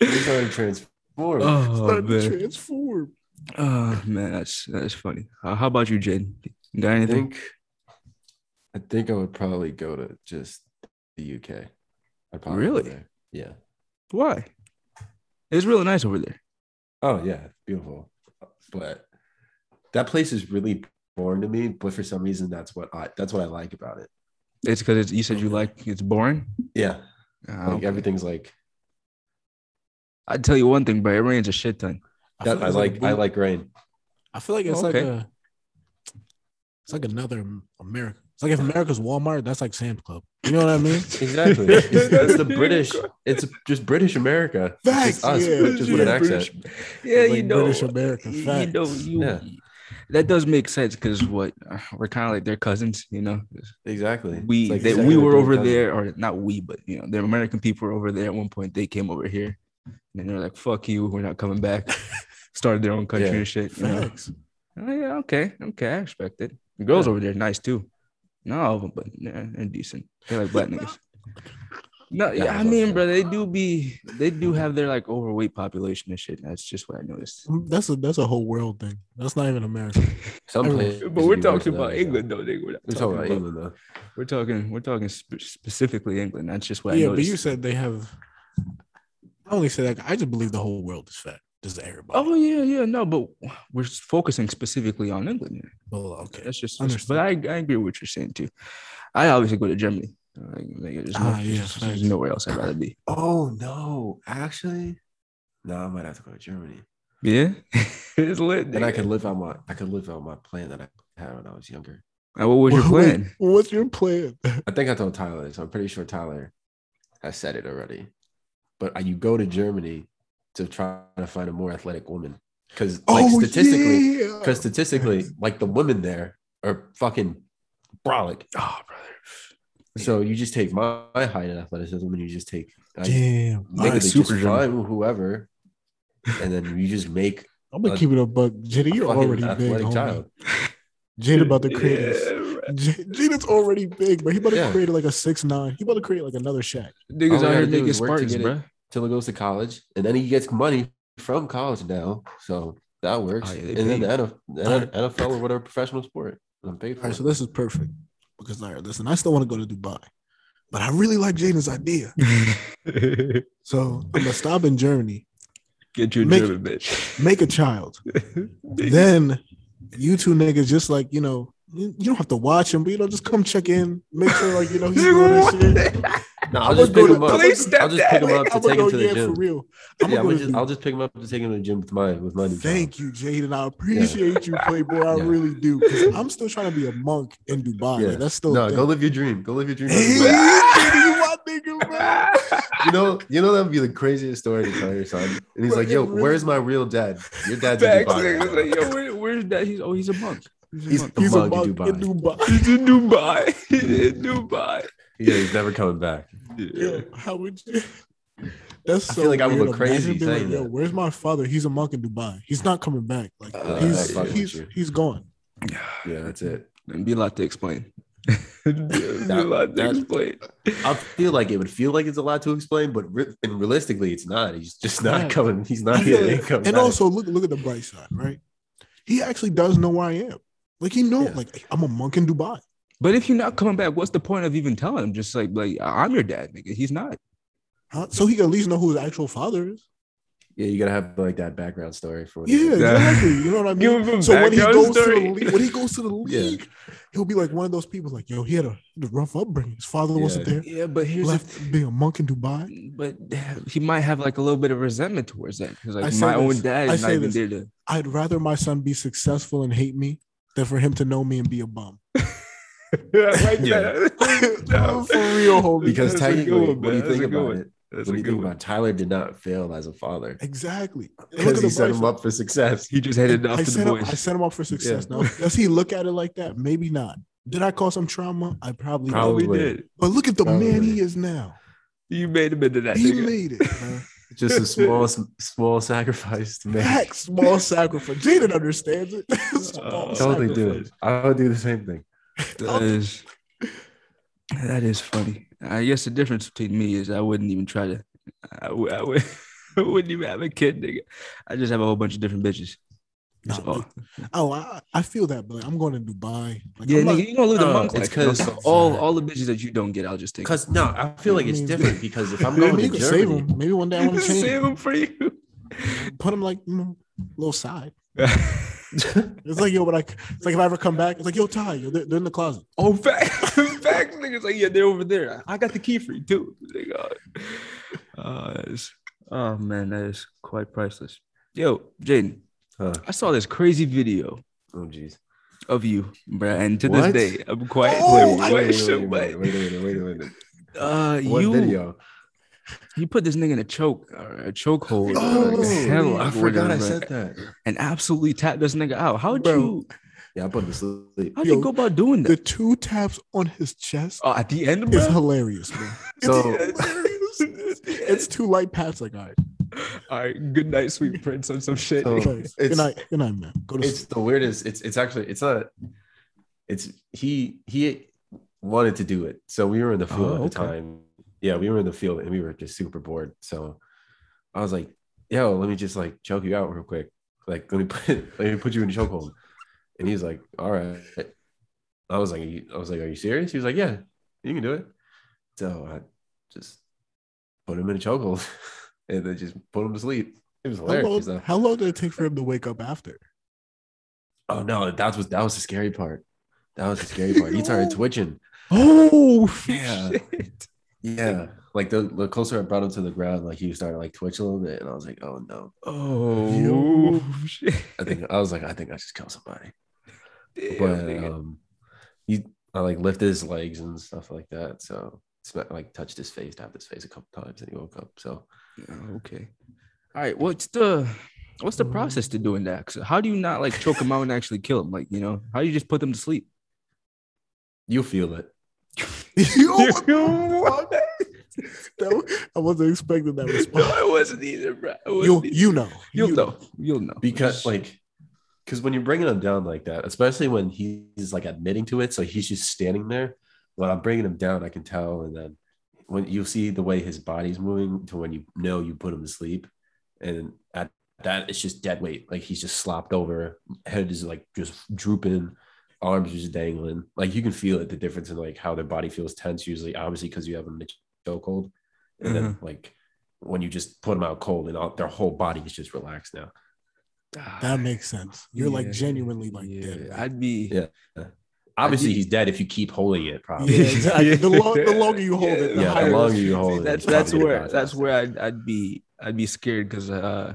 you're trying to transform.
oh
Started to
man,
transform.
oh man, that's that's funny. Uh, how about you, Jade? Got
I
anything?
think I think I would probably go to just the UK. I'd probably go
Really?
there. Yeah.
Why? It's really nice over there.
Oh yeah, it's beautiful. But that place is really boring to me. But for some reason, that's what I that's what I like about it.
It's because it's, you said you like it's boring.
Yeah,
Uh,
like everything's like
I tell you one thing, but it rains a shit ton.
that. I
feel
like
it's a
I
boot-
like rain.
I feel like it's like
Okay.
a. It's like another America. It's like if America's Walmart, that's like Sam's Club. You know what I mean?
Exactly. It's, that's the British. It's just British America. It's
Facts,
us,
yeah.
but just with an
Yeah,
accent.
British- Yeah,
Like
you know,
British America,
you- You
facts.
know, you,
Yeah.
that does make sense because what we're kind of like their cousins, you know.
Exactly.
We
It's like
they,
exactly
we were
like
over
that.
there, or not we, but you know, the American people were over there at one point. They came over here, and they're like, "Fuck you, we're not coming back." Started their own country
Yeah.
and shit. You know?
Facts.
Oh yeah, okay, okay, I respect it. The girls
Yeah.
over there, are nice too. Not all of them, but yeah, they're decent. They like black niggas. No, yeah, I
I'm
mean,
okay.
bro, they do be, they do have their like overweight population and shit. That's just what I noticed.
That's a that's a whole world thing. That's not even America.
Some
But
places
But we're
do
talking
that,
about
yeah.
England, though. Nigga. We're, not
We're
talking
talking about
about-
England though.
we're talking, we're talking sp- specifically England. That's just what I
yeah, but
noticed.
you said they have. I only say that. I just believe the whole world is fat. Just everybody.
Oh yeah, yeah, no, but we're just focusing specifically on England. here.
Well, okay.
That's just,
Understood.
but I, I agree with what you're saying too. I obviously go to Germany. Like, nigga, there's, no,
Ah, yeah,
there's- there's
facts.
nowhere else I'd rather be.
Oh no, actually, no, I might have to go to Germany.
Yeah, it's lit.
And I
nigga.
could live out my I could live out my plan that I had when I was younger.
Uh, what was your
Wait,
plan?
What's your plan?
I think I told Tyler, so I'm pretty sure Tyler has said it already. But I- you go to Germany to try to find a more athletic woman. Because
Oh,
like statistically,
Oh, yeah.
because statistically, like the women there are fucking brolic.
Oh,
Ah,
brother.
So you just take my, my height and athleticism and you just take like,
Damn.
nigga
Alright,
that
super
just
German.
find whoever, and then you just make
I'm gonna keep it a buck. Jada,
a
you're
fucking
already big.
athletic
Homie.
child.
Jada about to create
Yeah,
this.
bro.
J- Jada's already big, but he about to
Yeah.
create like a six nine. He about to create like another Shaq.
Niggas
All we
out here
gotta do
making
is work to
Spartans,
get it.
bro.
till he goes to college, and then he gets money from college now, so that works.
Oh, yeah, they
and then
pay
the NFL, the
Alright.
NFL or whatever professional sport, I'm paid for.
All right, so
it.
this is perfect because all right, listen, I still want to go to Dubai, but I really like Jada's idea. So I'm gonna stop in Germany,
Get you a
Make-
German bitch.
make a child, then you two niggas just like you know. You you don't have to watch him, but you know, just come check in, make sure like you know he's doing his shit.
no, I'll
I'm
just
gonna go
pick him
to-
up.
please
step
I'll just pick him
that
up to
I'ma
take him
go,
to the
yeah, for
gym.
real. I'ma
yeah, I'm
go
gonna
to
just, I'll just pick him up to take him to the gym with my with my new
Thank you, Jaden. I appreciate you, Playboy. I
Yeah.
really do. Because I'm still trying to be a monk in Dubai. Like,
Yeah.
that's still.
No,
a
go
thing.
live your dream. Go live your dream.
Hey,
Like,
my nigga, man.
you know, you know that would be the craziest story to tell your son. And he's like, "Yo,
Fucking
where's my real dad? Your dad's in
Facts, niggas
Dubai."
like, yo, where, where's that? He's oh, he's a monk.
He's
monk.
the
He's a
mug
monk
in
in
Dubai.
Dubai.
He's in Dubai. He's in Dubai.
Yeah, he's never coming back.
Yo, how would you? That's so
I feel like I would
weird.
look crazy
Imagine being
saying
like, Yo,
that.
where's my father? He's a monk in Dubai. He's not coming back. Like
Uh,
he's
I fuck with
he's
you.
he's gone.
Yeah, that's it.
And be a lot to explain. That'd be a lot to
that-
explain.
I feel like it would feel like it's a lot to explain, but re- and realistically, it's not. He's just not
Yeah.
coming. He's not here. He ain't coming
and
back.
also look look at the bright side, right? He actually does know where I am. Like he know,
Yeah.
like I'm a monk in Dubai.
But if you're not coming back, what's the point of even telling him? Just like, like I- I'm your dad, nigga. He's not.
Huh? So he can at least know who his actual father is.
yeah, you gotta have like that background story for it.
Yeah, exactly. You know what I mean?
Give him a
so when he
background
goes to
story.
the league, when he goes to the league,
Yeah.
he'll be like one of those people. Like, yo, he had a, he had a rough upbringing. His father wasn't
Yeah.
there.
Yeah, but here's the
Left being a monk in Dubai.
but he might have like a little bit of resentment towards that because
I
like
say
my own
this.
dad
I
is not
say
even
this.
there to.
I'd rather my son be successful and hate me than for him to know me and be a bum.
Yeah.
for real, homie.
Because
That's a good
technically,
one,
when you
man.
think
That's a good
about
one.
it, when you think about it, Tyler did not fail as a father
Exactly. And look
because
at
he
the
set
bright
him
side.
up for success.
He just headed off
I
to the
set, him, I oh,
boys.
set him up for success. Now, does he look at it like that? Maybe not. Did I cause some trauma? I probably,
Probably.
did.
we did.
But look at the man
Probably.
he is now.
You made him into that.
He
nigga.
made it, man.
Just a small, s- small sacrifice to make.
Heck, small sacrifice. Jaden understands it.
Oh,
small
Totally do
sacrifice.
it. I would do the same thing.
That is, that is funny. I guess the difference between me is I wouldn't even try to. I, w- I, would, I wouldn't even have a kid, nigga. I just have a whole bunch of different bitches. That's
Nah,
all.
look, Oh, I, I feel that, but like, I'm going to Dubai. Like,
yeah,
I'm not-
nigga, you gonna live the
uh,
monk
it's
life, bro.
'cause-
So Oh, all all the bitches that you don't get, I'll just take.
Because no, I feel like it's
mean-
different. Because if I'm
maybe
going
you
to
could save
Germany,
him. Maybe one day I want to change.
Save
him.
them for you.
Put him like you know, little side. It's like yo, but like it's like if I ever come back, it's like yo, Ty, yo, they're, they're in the closet.
Oh, facts, facts, niggas. Like, yeah, they're over there. I got the key for you too. Nigga. Uh, that is- oh man, that is quite priceless. Yo, Jaden,
Huh.
I saw this crazy video
oh jeez,
of you, bruh. And to
What?
this day, I'm quite
Oh,
wait, wait, wait,
wait, wait, wait, wait, wait, wait, wait.
Uh,
What
you
video?
you put this nigga in a choke, or a chokehold, or
Oh,
like a headlock.
I
or
forgot I
whatever,
said that.
and absolutely tapped this nigga out. How'd
Bro.
you?
Yeah, I put him to sleep.
How'd
Yo,
you go about doing
The
that?
two taps on his chest
Oh, at the end,
is
bro.
hilarious, man.
So-
It's two light pats. Like, all right,
all right. Good night, sweet prince, on some shit.
So-
okay,
It's-
good night, good night, man. Go to
It's
sleep.
the weirdest. It's it's actually it's not. It's he he wanted to do it. So we were in the field
Oh,
at the
okay.
time. Yeah, we were in the field and we were just super bored. So I was like, "Yo, let me just like choke you out real quick. Like, let me put let me put you in a chokehold." And he's like, "All right." I was like, "You-" "I was like, are you serious?" He was like, "Yeah, you can do it." So I just put him in a chokehold and then just put him to sleep. It was
How
hilarious.
long,
though.
how long did it take for him to wake up after?
Oh no, that was that was the scary part. That was the scary part. He started
No.
twitching.
Oh,
Yeah.
Shit.
Yeah. Like the, the closer I brought him to the ground, like he started like twitch a little bit. And I was like, oh no.
Oh shit.
I think I was like, I think I just killed somebody.
Damn,
but
nigga.
um he I like lifted his legs and stuff like that. So it's not like touched his face, tapped his face a couple times and he woke up. So
Oh, okay. All right. What's the what's the process to doing that? So how do you not like choke him out and actually kill him? Like, you know, how do you just put them to sleep?
you feel it.
Yo, that- I wasn't expecting that
No,
response.
I wasn't either, bro. I
You,
wasn't either.
you know,
You'll
you
know. You'll know.
Because like because when you're bringing him down like that, especially when he's like admitting to it, so he's just standing there. When I'm bringing him down, I can tell, and then when you see the way his body's moving to when you know you put him to sleep, and at that it's just dead weight. Like he's just slopped over, head is like just drooping, arms just dangling. Like you can feel it, the difference in like how their body feels tense usually, obviously because you have them in the chokehold, and then like when you just put them out cold, and all, their whole body is just relaxed now.
That makes sense. You're like genuinely like
Ah, yeah.
dead.
I'd be
Yeah. Obviously,
you-
he's dead if you keep holding it. Probably.
Yeah, exactly. The, lo- the longer you hold it, the
Yeah, the
higher. it
longer
is.
you hold it,
that's
it's
that's
probably
where
gonna
that's
process.
where I'd, I'd be I'd be scared because uh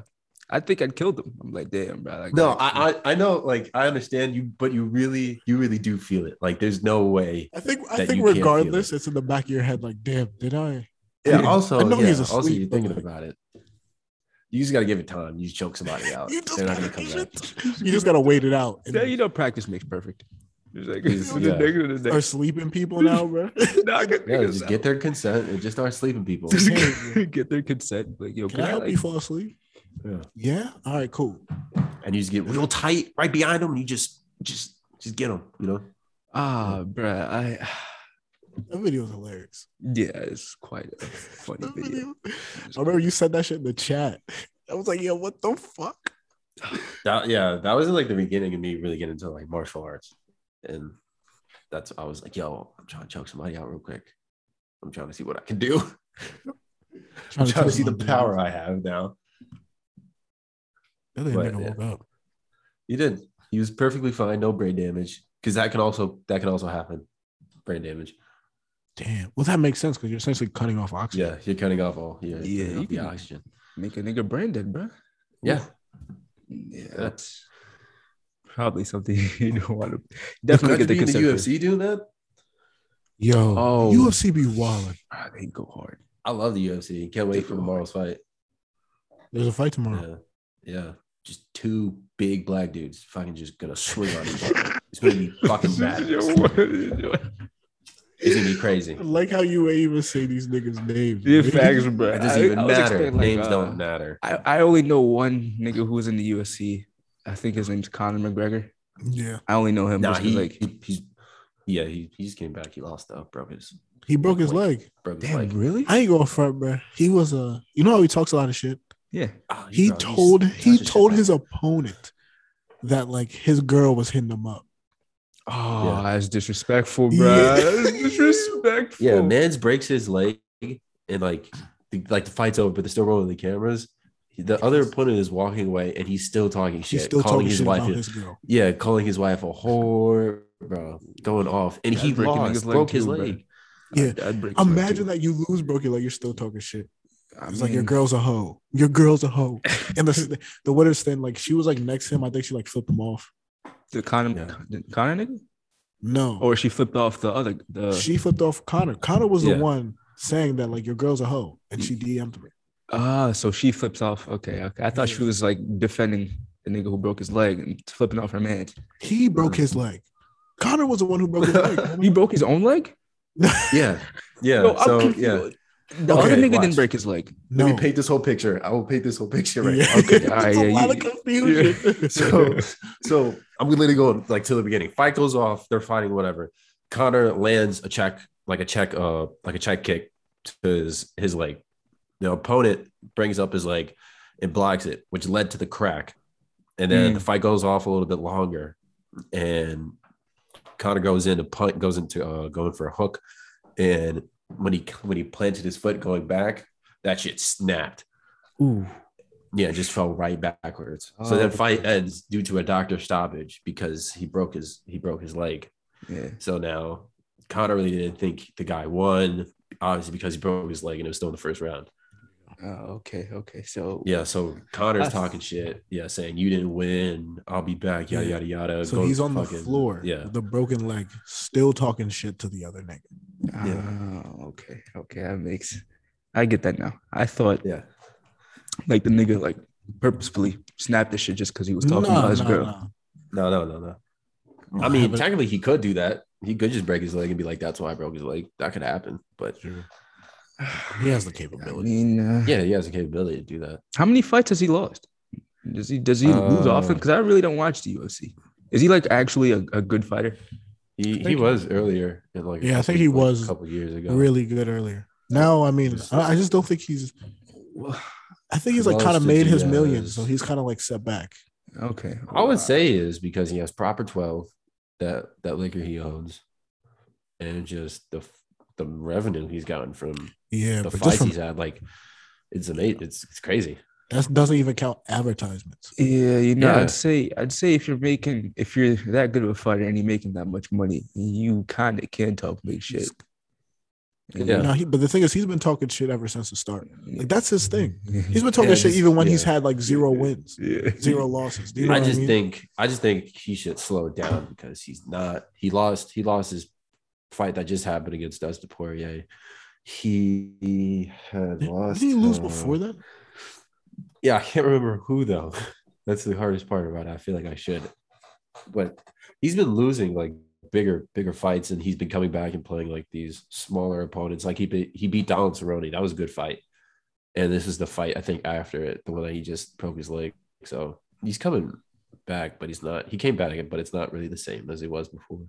I think I'd killed him. I'm like, damn, bro. Like,
No,
like,
I, I I know, like I understand you, but you really you really do feel it. Like there's no way.
I think I
that
think
you can't feel
regardless, it's in the back of your head. Like, damn, did I?
Yeah.
Yeah.
Also,
I know
yeah,
he's
also
asleep,
you're
but,
thinking
like-
about it. You just gotta give it time. You just choke somebody out.
You just
They're not
gotta
gonna come
give
back.
You just gotta wait it out.
Yeah, you
And
know, practice makes perfect. It's like
It's-
the
yeah.
nigga to the
are
next.
sleeping people now, bro?
Knock a
Yeah,
nigga's
just
out.
get their consent and just start sleeping people.
Just
Yeah.
get, their consent. Like, yo,
Can I help you fall asleep?
Yeah.
Yeah. All right. Cool.
And you just get real tight right behind them. And you just just just get them. You know.
Ah, bruh, I.
That video was hilarious.
Yeah, it's quite a funny
That
video.
video- I remember you said that shit in the chat. I was like, yo, what the fuck?
That yeah, that was like the beginning of me really getting into like martial arts, and that's I was like, yo, I'm trying to choke somebody out real quick. I'm trying to see what I can do. I'm trying to see the power I have now.
That nigga
But, yeah.
woke up.
He did. He was perfectly fine, no brain damage, because that can also that can also happen, brain damage.
Damn. Well, that makes sense because you're essentially cutting off oxygen.
Yeah, you're cutting off all. Yeah,
Yeah,
yeah,
you
the
can-
oxygen.
Make a nigga brain dead, bruh.
Yeah,
Yeah,
Yeah.
that's probably something you don't want to
Imagine
definitely get the
being in the
consent. for.
UFC doing that.
Yo,
Oh.
UFC be wilding.
Ah, they go hard.
I love the UFC. Can't wait for tomorrow's fight.
There's a fight
Hmm.
tomorrow.
Yeah, yeah. Just two big black dudes fucking just gonna swing on each other. It's gonna be fucking mad.
Yo, what are you doing?
It's gonna be crazy.
I like how you ain't even say these niggas' names.
Yeah,
man.
facts, bro.
It doesn't even matter. Names
matter.
don't matter.
uh, I, I only know one nigga who was in the UFC. I think his name's Conor McGregor.
Yeah.
I only know him
Nah,
just 'cause,
he,
like
he- he's yeah, he, he just came back. He lost though, broke his
He broke his leg.
broke his
damn,
leg.
really?
I ain't going front, bro. He was a. You know how he talks a lot of shit.
yeah.
Oh,
He
bro, he's-
told
he's
he
such a
told
shitbag.
his opponent that like his girl was hitting him up.
Oh,
Yeah.
that's disrespectful,
Yeah.
bro. That's disrespectful.
yeah, Mans breaks his leg and like the, like the fight's over, but they're still rolling the cameras. The other opponent is walking away and he's still talking shit,
He's still talking
calling his
shit
wife.
about his girl.
Yeah, calling his wife a whore, bro, going off, and
Yeah,
he
I'd break a
lost,
nigga's leg
broke his
too, bro.
leg.
Yeah.
I'd, I'd break his leg, too.
Imagine that you lose broken leg, you're still talking shit.
I
It's like your
mean,
girl's a hoe. Your girl's a hoe. And the the winner's then like she was like next to him. I think she like flipped him off.
the condom,
Yeah.
the Connor nigga,
No,
or she flipped off the other the.
she flipped off Connor. Connor was
Yeah.
the one saying that like your girl's a hoe, and she DM'd me.
ah, so she flips off. Okay, okay. I thought she was like defending the nigga who broke his leg and flipping off her man.
He broke his leg. Connor was the one who broke his leg. homie.
He broke his own leg.
Yeah. Yeah.
Yo, I'm
so yeah.
confused. The
Okay,
other nigga
watch.
didn't break his leg.
Let
No.
me paint this whole picture. I will paint this whole picture right
Yeah.
now. Okay.
all right,
It's a
yeah,
lot
you-
of confusion.
so so I'm gonna let it go like to the beginning. Fight goes off, they're fighting, whatever. Connor lands a check, like a check, uh, like a check kick to his his leg. The opponent brings up his leg and blocks it, which led to the crack. And then
Mm.
the fight goes off a little bit longer, and Connor goes into punt, goes into uh, going for a hook, and when he when he planted his foot going back, that shit snapped.
Ooh.
Yeah, just fell right backwards.
Oh,
so that fight
okay.
ends due to a doctor stoppage because he broke his he broke his leg.
Yeah.
So now Connor really didn't think the guy won, obviously because he broke his leg and it was still in the first round.
Oh, okay. Okay. So
Yeah, so Connor's
Us.
talking shit. Yeah, saying you didn't win. I'll be back. Yada
Yeah.
yada yada.
So
Go
he's on the
fucking-
floor
Yeah,
with a broken leg, still talking shit to the other nigga.
Yeah.
Oh, okay. Okay. That makes I get that now. I thought
yeah.
like the nigga like purposefully snapped the shit just because he was talking
Nah,
about his
nah,
girl.
nah.
No, no, no, no. I
Nah,
mean,
but-
technically he could do that. He could just break his leg and be like, "That's why I broke his leg." That could happen. But
he has the
I
capability.
mean, uh,
yeah, he has the capability to do that.
How many fights has he lost? Does he does he lose
Uh,
often? Because I really don't watch the UFC. Is he like actually a, a good fighter?
He he
think-
was earlier in like a
Yeah, I think
couple-
he
like,
was
a couple years ago.
Really good earlier. Now, I mean, I I just don't think he's. I think he's like
Lost
kind of
to
made his
Diaz.
millions, so he's kind of like set back.
Okay.
I would say is because he has proper twelve that that liquor he owns, and just the the revenue he's gotten from
Yeah,
the
but
fights
just from,
he's had, like it's amazing. It's it's crazy.
that doesn't even count advertisements.
Yeah, you know,
Yeah.
I'd say I'd say if you're making if you're that good of a fighter and you're making that much money, you kind of can talk big shit. And
Yeah.
No, he, but the thing is, he's been talking shit ever since the start. Like that's his thing.
you-
He's been talking
Mm-hmm. Yeah,
shit
just-
even when he's
yeah.
had like zero wins,
yeah.
zero losses. Do you know
I
what
just
I mean?
think I just think he should slow down because he's not. He lost. He lost his fight that just happened against Dustin Poirier. He
Did-
had
did
lost.
he lose
uh,
before that?
Yeah, I can't remember who though. That's the hardest part about it. I feel like I should. But he's been losing like bigger, bigger fights, and he's been coming back and playing like these smaller opponents. Like he beat he beat Donald Cerrone. That was a good fight. And this is the fight I think after it, the one that he just broke his leg. So he's coming back, but he's not. He came back again, but it's not really the same as he was before.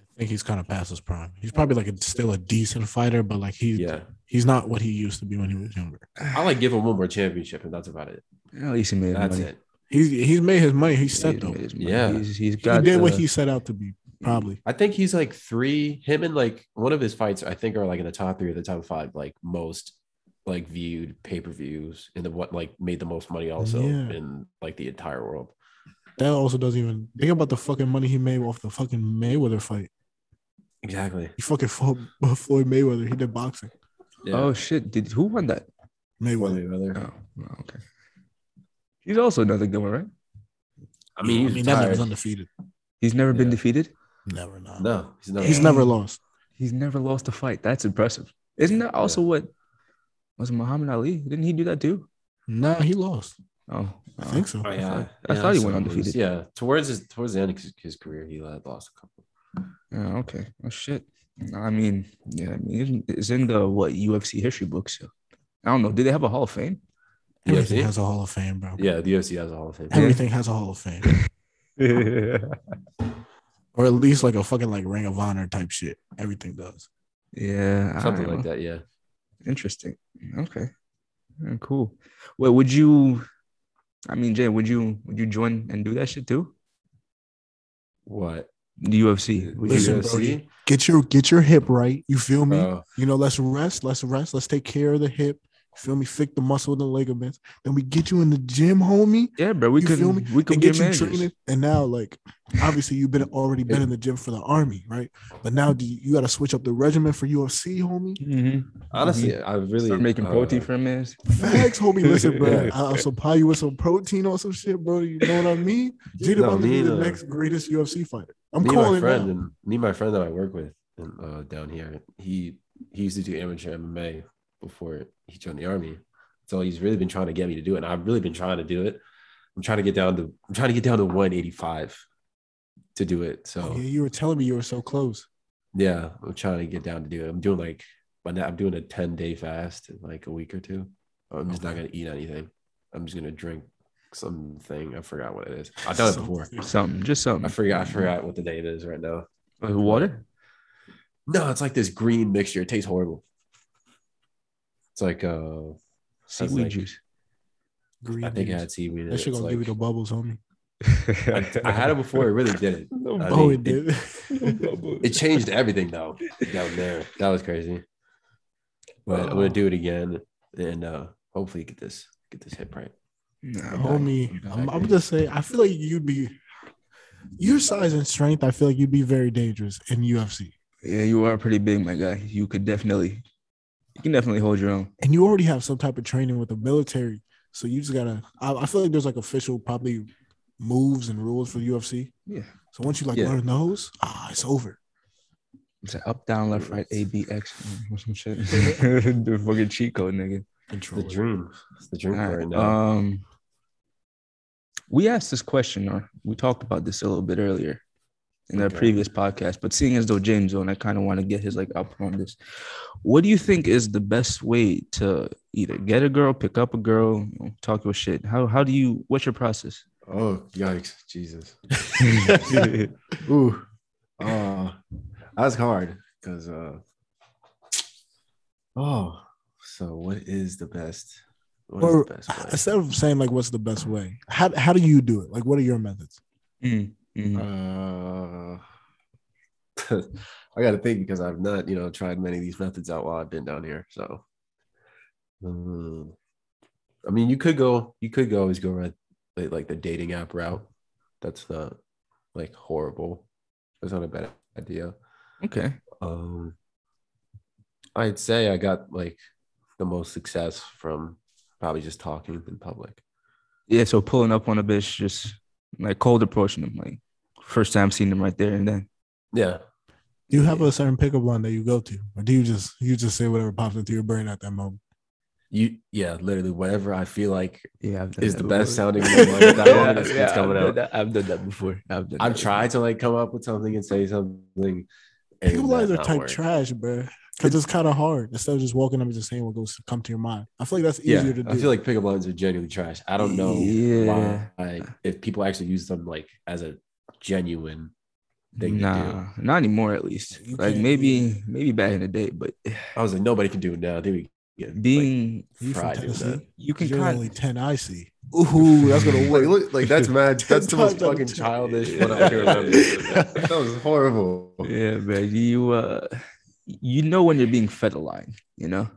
I think he's kind of past his prime. He's probably like a, still a decent fighter, but like he's
Yeah,
he's not what he used to be when he was younger.
I like give him one more championship, and that's about it.
At least he made
That's
money.
it.
He's he's made his money. He's set
He's
though.
made his money.
Yeah.
He's, he's
He
got
did what
the-
he set out to be. Probably.
I think he's like three. Him and like one of his fights, I think, are like in the top three or the top five, like most like viewed pay per views, and the what like made the most money also
Yeah.
in like the entire world.
That also doesn't even think about the fucking money he made off the fucking Mayweather fight.
Exactly.
He fucking fought Floyd Mayweather. He did boxing.
Oh shit! Did who won that?
Mayweather.
Oh, oh, okay. He's also another good one, right?
I mean, he's
I mean that
retired.
nigga's undefeated.
He's never been
Yeah.
defeated.
Never nah.
no, he's not.
He's never lost.
He's never lost a fight. That's impressive. Isn't that also what was it Muhammad Ali? Didn't he do that too?
No, he lost.
Oh,
I
oh.
think so.
Oh,
I
yeah.
thought- I
Yeah,
thought he went
some
undefeated.
lose. Yeah, towards his towards the end of his, his career, he had lost a couple.
Yeah, okay. Oh shit. No, I mean, yeah, I mean, it's it's in the what UFC history books. So. I don't know. Do they have a Hall of Fame?
Yeah,
Everything
see?
has a Hall of Fame, bro.
Yeah, the UFC has a Hall of Fame.
Everything has a Hall of Fame.
yeah,
Or at least like a fucking like Ring of Honor type shit. Everything does.
Something like that. Yeah.
Interesting. Okay. Yeah, cool. Well, would you? I mean, Jay, would you would you join and do that shit too?
What?
The UFC. Would
Listen,
you,
bro, Get your get your hip right. You feel me?
Bro,
You know, let's rest, let's rest, let's take care of the hip. Feel me? Fix the muscle and the ligaments. Then we get you in the gym, homie.
Yeah, bro. We
You
could
feel me?
we could
and
get
get you
managers.
training. And now, like, obviously, you've been already been in the gym for the army, right? But now, do you, you got to switch up the regimen for UFC, homie?
Mhm.
Honestly, I really
Start making
uh,
protein for a man.
Facts, homie. Listen, bro.
Yeah.
I'll supply you with some protein or some shit, bro. You know what I mean? Jada
No,
about to be
me
the
neither.
next greatest UFC fighter. I'm
me and
calling
my
it
friend
now.
and me and my friend that I work with in, uh, down here. He he used to do amateur MMA before he joined the army, so he's really been trying to get me to do it. And I've really been trying to do it. I'm trying to get down to I'm trying to get down to 185 to do it. So
Oh, yeah, you were telling me you were so close.
yeah, I'm trying to get down to do it. I'm doing like my na- I'm doing a 10 day fast in like a week or two. I'm just not gonna eat anything. I'm just gonna drink something. I forgot what it is. I've done it before.
Something, just something.
I forgot. I forgot what the name is right now.
Like water.
No, it's like this green mixture. It tastes horrible. It's like uh, Sounds
Seaweed
like-
juice.
Green
I think I
beans.
had seaweed. in
that
it.
shit
It's
gonna
like,
give you the bubbles, homie.
I, I had it before. It really did it. I
Oh,
mean,
it did.
It changed everything though down there. That was crazy. But I'm gonna do it again and uh, hopefully get this get this hip right.
Nah,
Oh,
bro.
homie,
I'm
I'm,
back
I'm
in.
just saying. I feel like you'd be your size and strength. I feel like you'd be very dangerous in UFC,
Yeah, you are pretty big, my guy. You could definitely, you can definitely hold your own.
and you already have some type of training with the military. So you just gotta. I, I feel like there's like official probably moves and rules for UFC.
Yeah.
So once you like
Yeah.
learn those, ah, it's over.
It's like up, down, left, right, A, B, X, or some shit. the fucking cheat code, nigga.
The
Control. it.
dream. It's the dream
All
right,
right.
now.
Um, we asked this question, or we talked about this a little bit earlier in that
Okay.
previous podcast. But seeing as though James on, I kind of want to get his like output on this. What do you think is the best way to either get a girl, pick up a girl, you know, talk your shit? How how do you? What's your process?
oh yikes, Jesus. Mm-hmm. Ooh. Uh that's hard because uh oh so what is the best? What is
Or
the best way?
instead of saying like what's the best way, how how do you do it? Like what are your methods?
Mm, mm.
Uh, I got to think because I've not, you know, tried many of these methods out while I've been down here. So, Mm. I mean, you could go, you could go always go right, like, like the dating app route. That's not like horrible. That's not a bad idea.
Okay.
Um, I'd say I got like the most success from probably just talking in public.
Yeah, so pulling up on a bitch, just like cold approaching them, like first time seeing them right there and then.
Yeah,
Do you have a certain pickup line that you go to, or do you just you just say whatever pops into your brain at that moment?
you, yeah, literally whatever I feel like
Yeah, I've
is the best sounding one
before.
at that
Yeah,
moment is what's coming out.
I've done that before. I've done.
I've tried to like come up with something and say something. and
Pickup lines
that
are
not
type
work.
trash, bro. Because it's kind of hard. Instead of just walking up and just saying what goes come to your mind, I feel like that's easier to
Yeah,
do.
I feel like pickup lines are genuinely trash. I don't know
Yeah.
why if people actually use them like as a genuine. thing to
Nah, not anymore. At least,
You
like
can't-
maybe, maybe back in the day, but
I was like, nobody can do it now. They would get like,
being
you from
fried doing
Tennessee?
that.
you can
you're the
kind
only ten I see. Ooh, that's gonna
like,
work.
look, like that's mad. That's the most
Times out of
fucking
ten.
childish one I can remember. That was horrible.
Yeah, but you uh, you know when you're being fed a line, you know,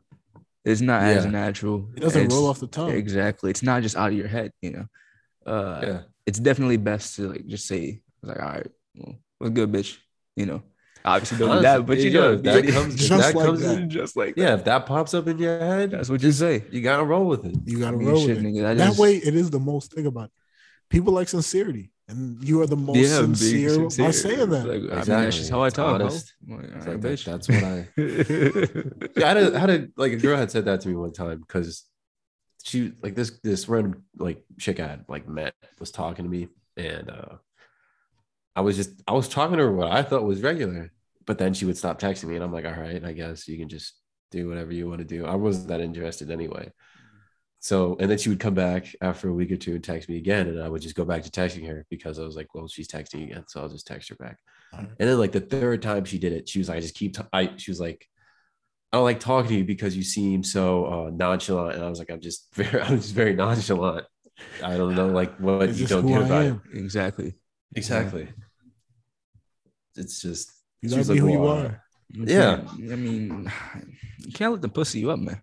it's not as
Yeah.
natural.
It doesn't
It's-
roll off the tongue.
Exactly, it's not just out of your head, you know. Uh,
Yeah.
it's definitely best to like just say like, all right, well, what's good, bitch? You know, obviously don't do that,
Honestly,
but you
yeah,
know,
that
that
comes-
Just
just,
that
like
comes
that.
in-
just like
Yeah, if that pops up in your
that.
head,
That's what you say.
you gotta roll with it.
You gotta
I mean,
roll
shit,
with it.
nigga, that
That
is-
way, it is the most. Think about it. People like sincerity, and you are the most
Yeah, being
sincere, by
sincere.
saying that.
Like, I mean,
Exactly.
that's just how I
It's
talk. bro.
honest.
I'm like, all
It's
right,
like, that-
bitch.
that's what I. Yeah, I had a, had a like a girl had said that to me one time because she like this this random like chick I had like met was talking to me and uh I was just I was talking to her what I thought was regular, but then she would stop texting me and I'm like, all right, I guess you can just do whatever you want to do. I wasn't that interested anyway.
Mm-hmm.
So and then she would come back after a week or two and text me again, and I would just go back to texting her because I was like, well, she's texting again, so I'll just text her back.
Alright.
And then like the third time she did it, she was like, I just keep t- I she was like, I don't like talking to you because you seem so uh, nonchalant, and I was like, I'm just very I'm just very nonchalant. I don't know like what
It's
you
just
don't
who
get
I
about it.
am.
exactly.
Exactly. It's just
You
she
gotta
was
be
like,
who you
"Well,
are.
You
Yeah.
can't- I mean, you can't let the pussy you up, man.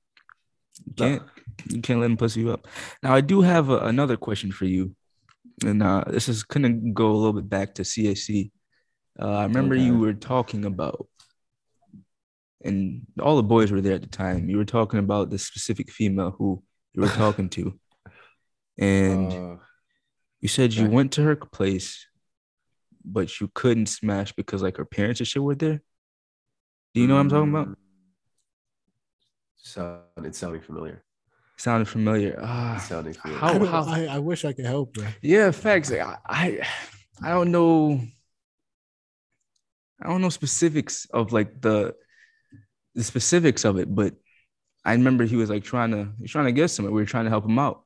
You can't you can't let him pussy you up. Now I do have a, another question for you, and uh, this is gonna go a little bit back to CSC. Uh, I remember
Okay.
you were talking about, and all the boys were there at the time. You were talking about this specific female who you were talking to, and
Uh,
you said you
back-
went to her place, but you couldn't smash because like her parents and shit were there. Do you know what I'm talking about?
mm. So it's sounding familiar.
Sounded familiar.
It's
Ah,
sounding familiar.
How-
I, don't-
how-
I, I wish I could help, bro.
Yeah, facts. Like, I, I I don't know. I don't know specifics of like the the specifics of it, but I remember he was like trying to he was trying to get somewhere. We were trying to help him out.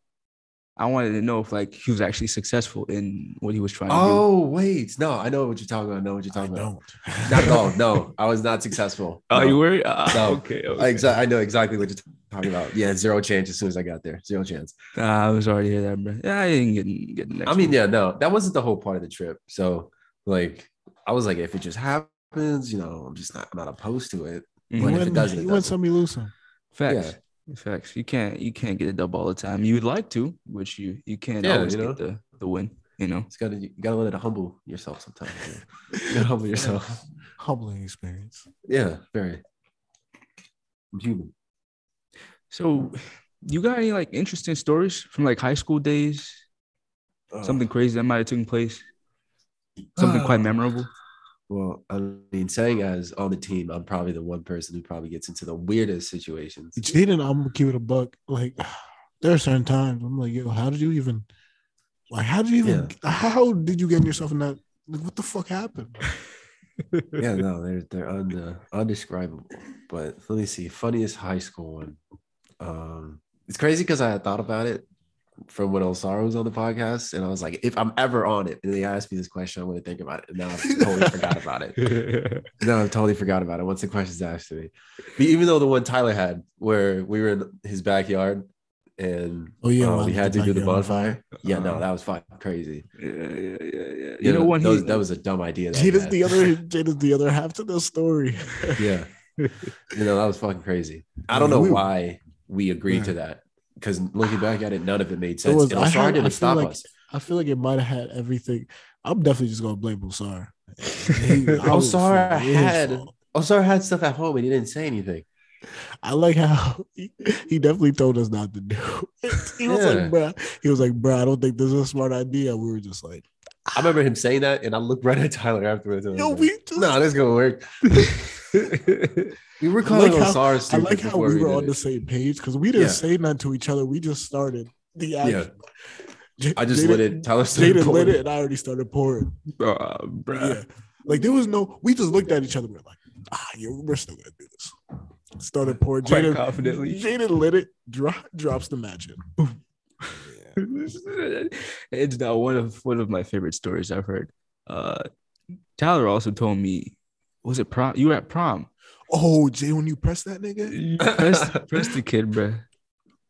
I wanted to know if like he was actually successful in what he was trying to
Oh wait, no, I know what you're talking about. I know what you're
I
talking about.
don't.
Not at all. No, I was not successful.
do. Oh,
No.
you were? Ah,
No.
okay.
I,
okay.
exa- I know exactly what you're talking about. Yeah, zero chance as soon as I got there. Zero chance.
Nah, I was already here that, bro. Yeah, I didn't get, get the next
I mean,
one.
yeah, no, that wasn't the whole part of the trip. So, like, I was like, if it just happens, you know, I'm just not, I'm not opposed to it.
You
But
Mhm.
if it
wouldn't,
doesn't, it
you wouldn't
doesn't.
somebody lose him.
Facts. Facts. You can't you can't get a dub all the time. You would like to, which you you can't
Yeah,
always
you know?
get the the win. You know.
It's gotta, you gotta let it humble yourself sometimes. you know? You gotta humble yourself.
Humbling experience.
Yeah, very. I'm human.
So, you got any like interesting stories from like high school days?
Ugh.
Something crazy that might have taken place? Something quite memorable?
Well, I mean, saying as on the team, I'm probably the one person who probably gets into the weirdest situations.
He didn't. I'm gonna give it a buck. Like there are certain times I'm like, yo, how did you even? Like, how did you even? How did you get yourself in that? Like, what the fuck happened?
yeah, no, they're they're un, uh, undescribable. But let me see, funniest high school one. Um, it's crazy because I had thought about it from when Osaro was on the podcast, and I was like, if I'm ever on it, and they asked me this question, I'm going to think about it. And now I totally forgot about it. No, I totally forgot about it once the question's asked to me. But even though the one Tyler had, where we were in his backyard, and
Oh yeah,
uh,
well,
we had to
like,
do the
yeah,
bonfire. Yeah, no,
Uh-huh.
that was fucking crazy.
yeah, yeah, yeah, yeah.
Yeah,
You know, when
that
he
was, that was a dumb idea. that I
Jada's
had.
the other. Jada's the other half to the story.
yeah. You know, that was fucking crazy. I don't know
We-
why we agreed to that because looking back at it, none of it made sense.
was-
and
I
Osar
had- I
didn't
feel
stop
like-
us.
I feel like it might have had everything. I'm definitely just gonna blame Osar. He- I was-
Osara
it was his
had-
fault.
Osar had stuff at home and he didn't say anything.
I like how he, he definitely told us not to do. It. He was
Yeah.
like, bruh. He was like, bruh, I don't think this is a smart idea. We were just like,
I remember him saying that and I looked right at Tyler afterwards. and I
yo,
was
we
like,
just.
no, this is going to work. We were
I
calling
like how-
Osar
I
stupid
like how
before
we
we
were on
did
the
it.
same page because we didn't
Yeah.
say nothing to each other. We just started the action.
Yeah,
J-
I just
Jada-
lit it. Tyler started
Jada lit
pulling
it, and I already started pouring.
Ah,
Yeah.
bruh.
Like there was no, we just looked at each other. We're like, ah, yeah, we're still gonna do this. Started pouring.
Quite
Jaden
confidently.
Jaden lit it. Drop, drops the magic.
it's now one of one of my favorite stories I've heard. Uh, Tyler also told me, was it prom? You were at prom.
Oh, Jay, when you press that nigga,
You pressed, pressed the kid, bruh.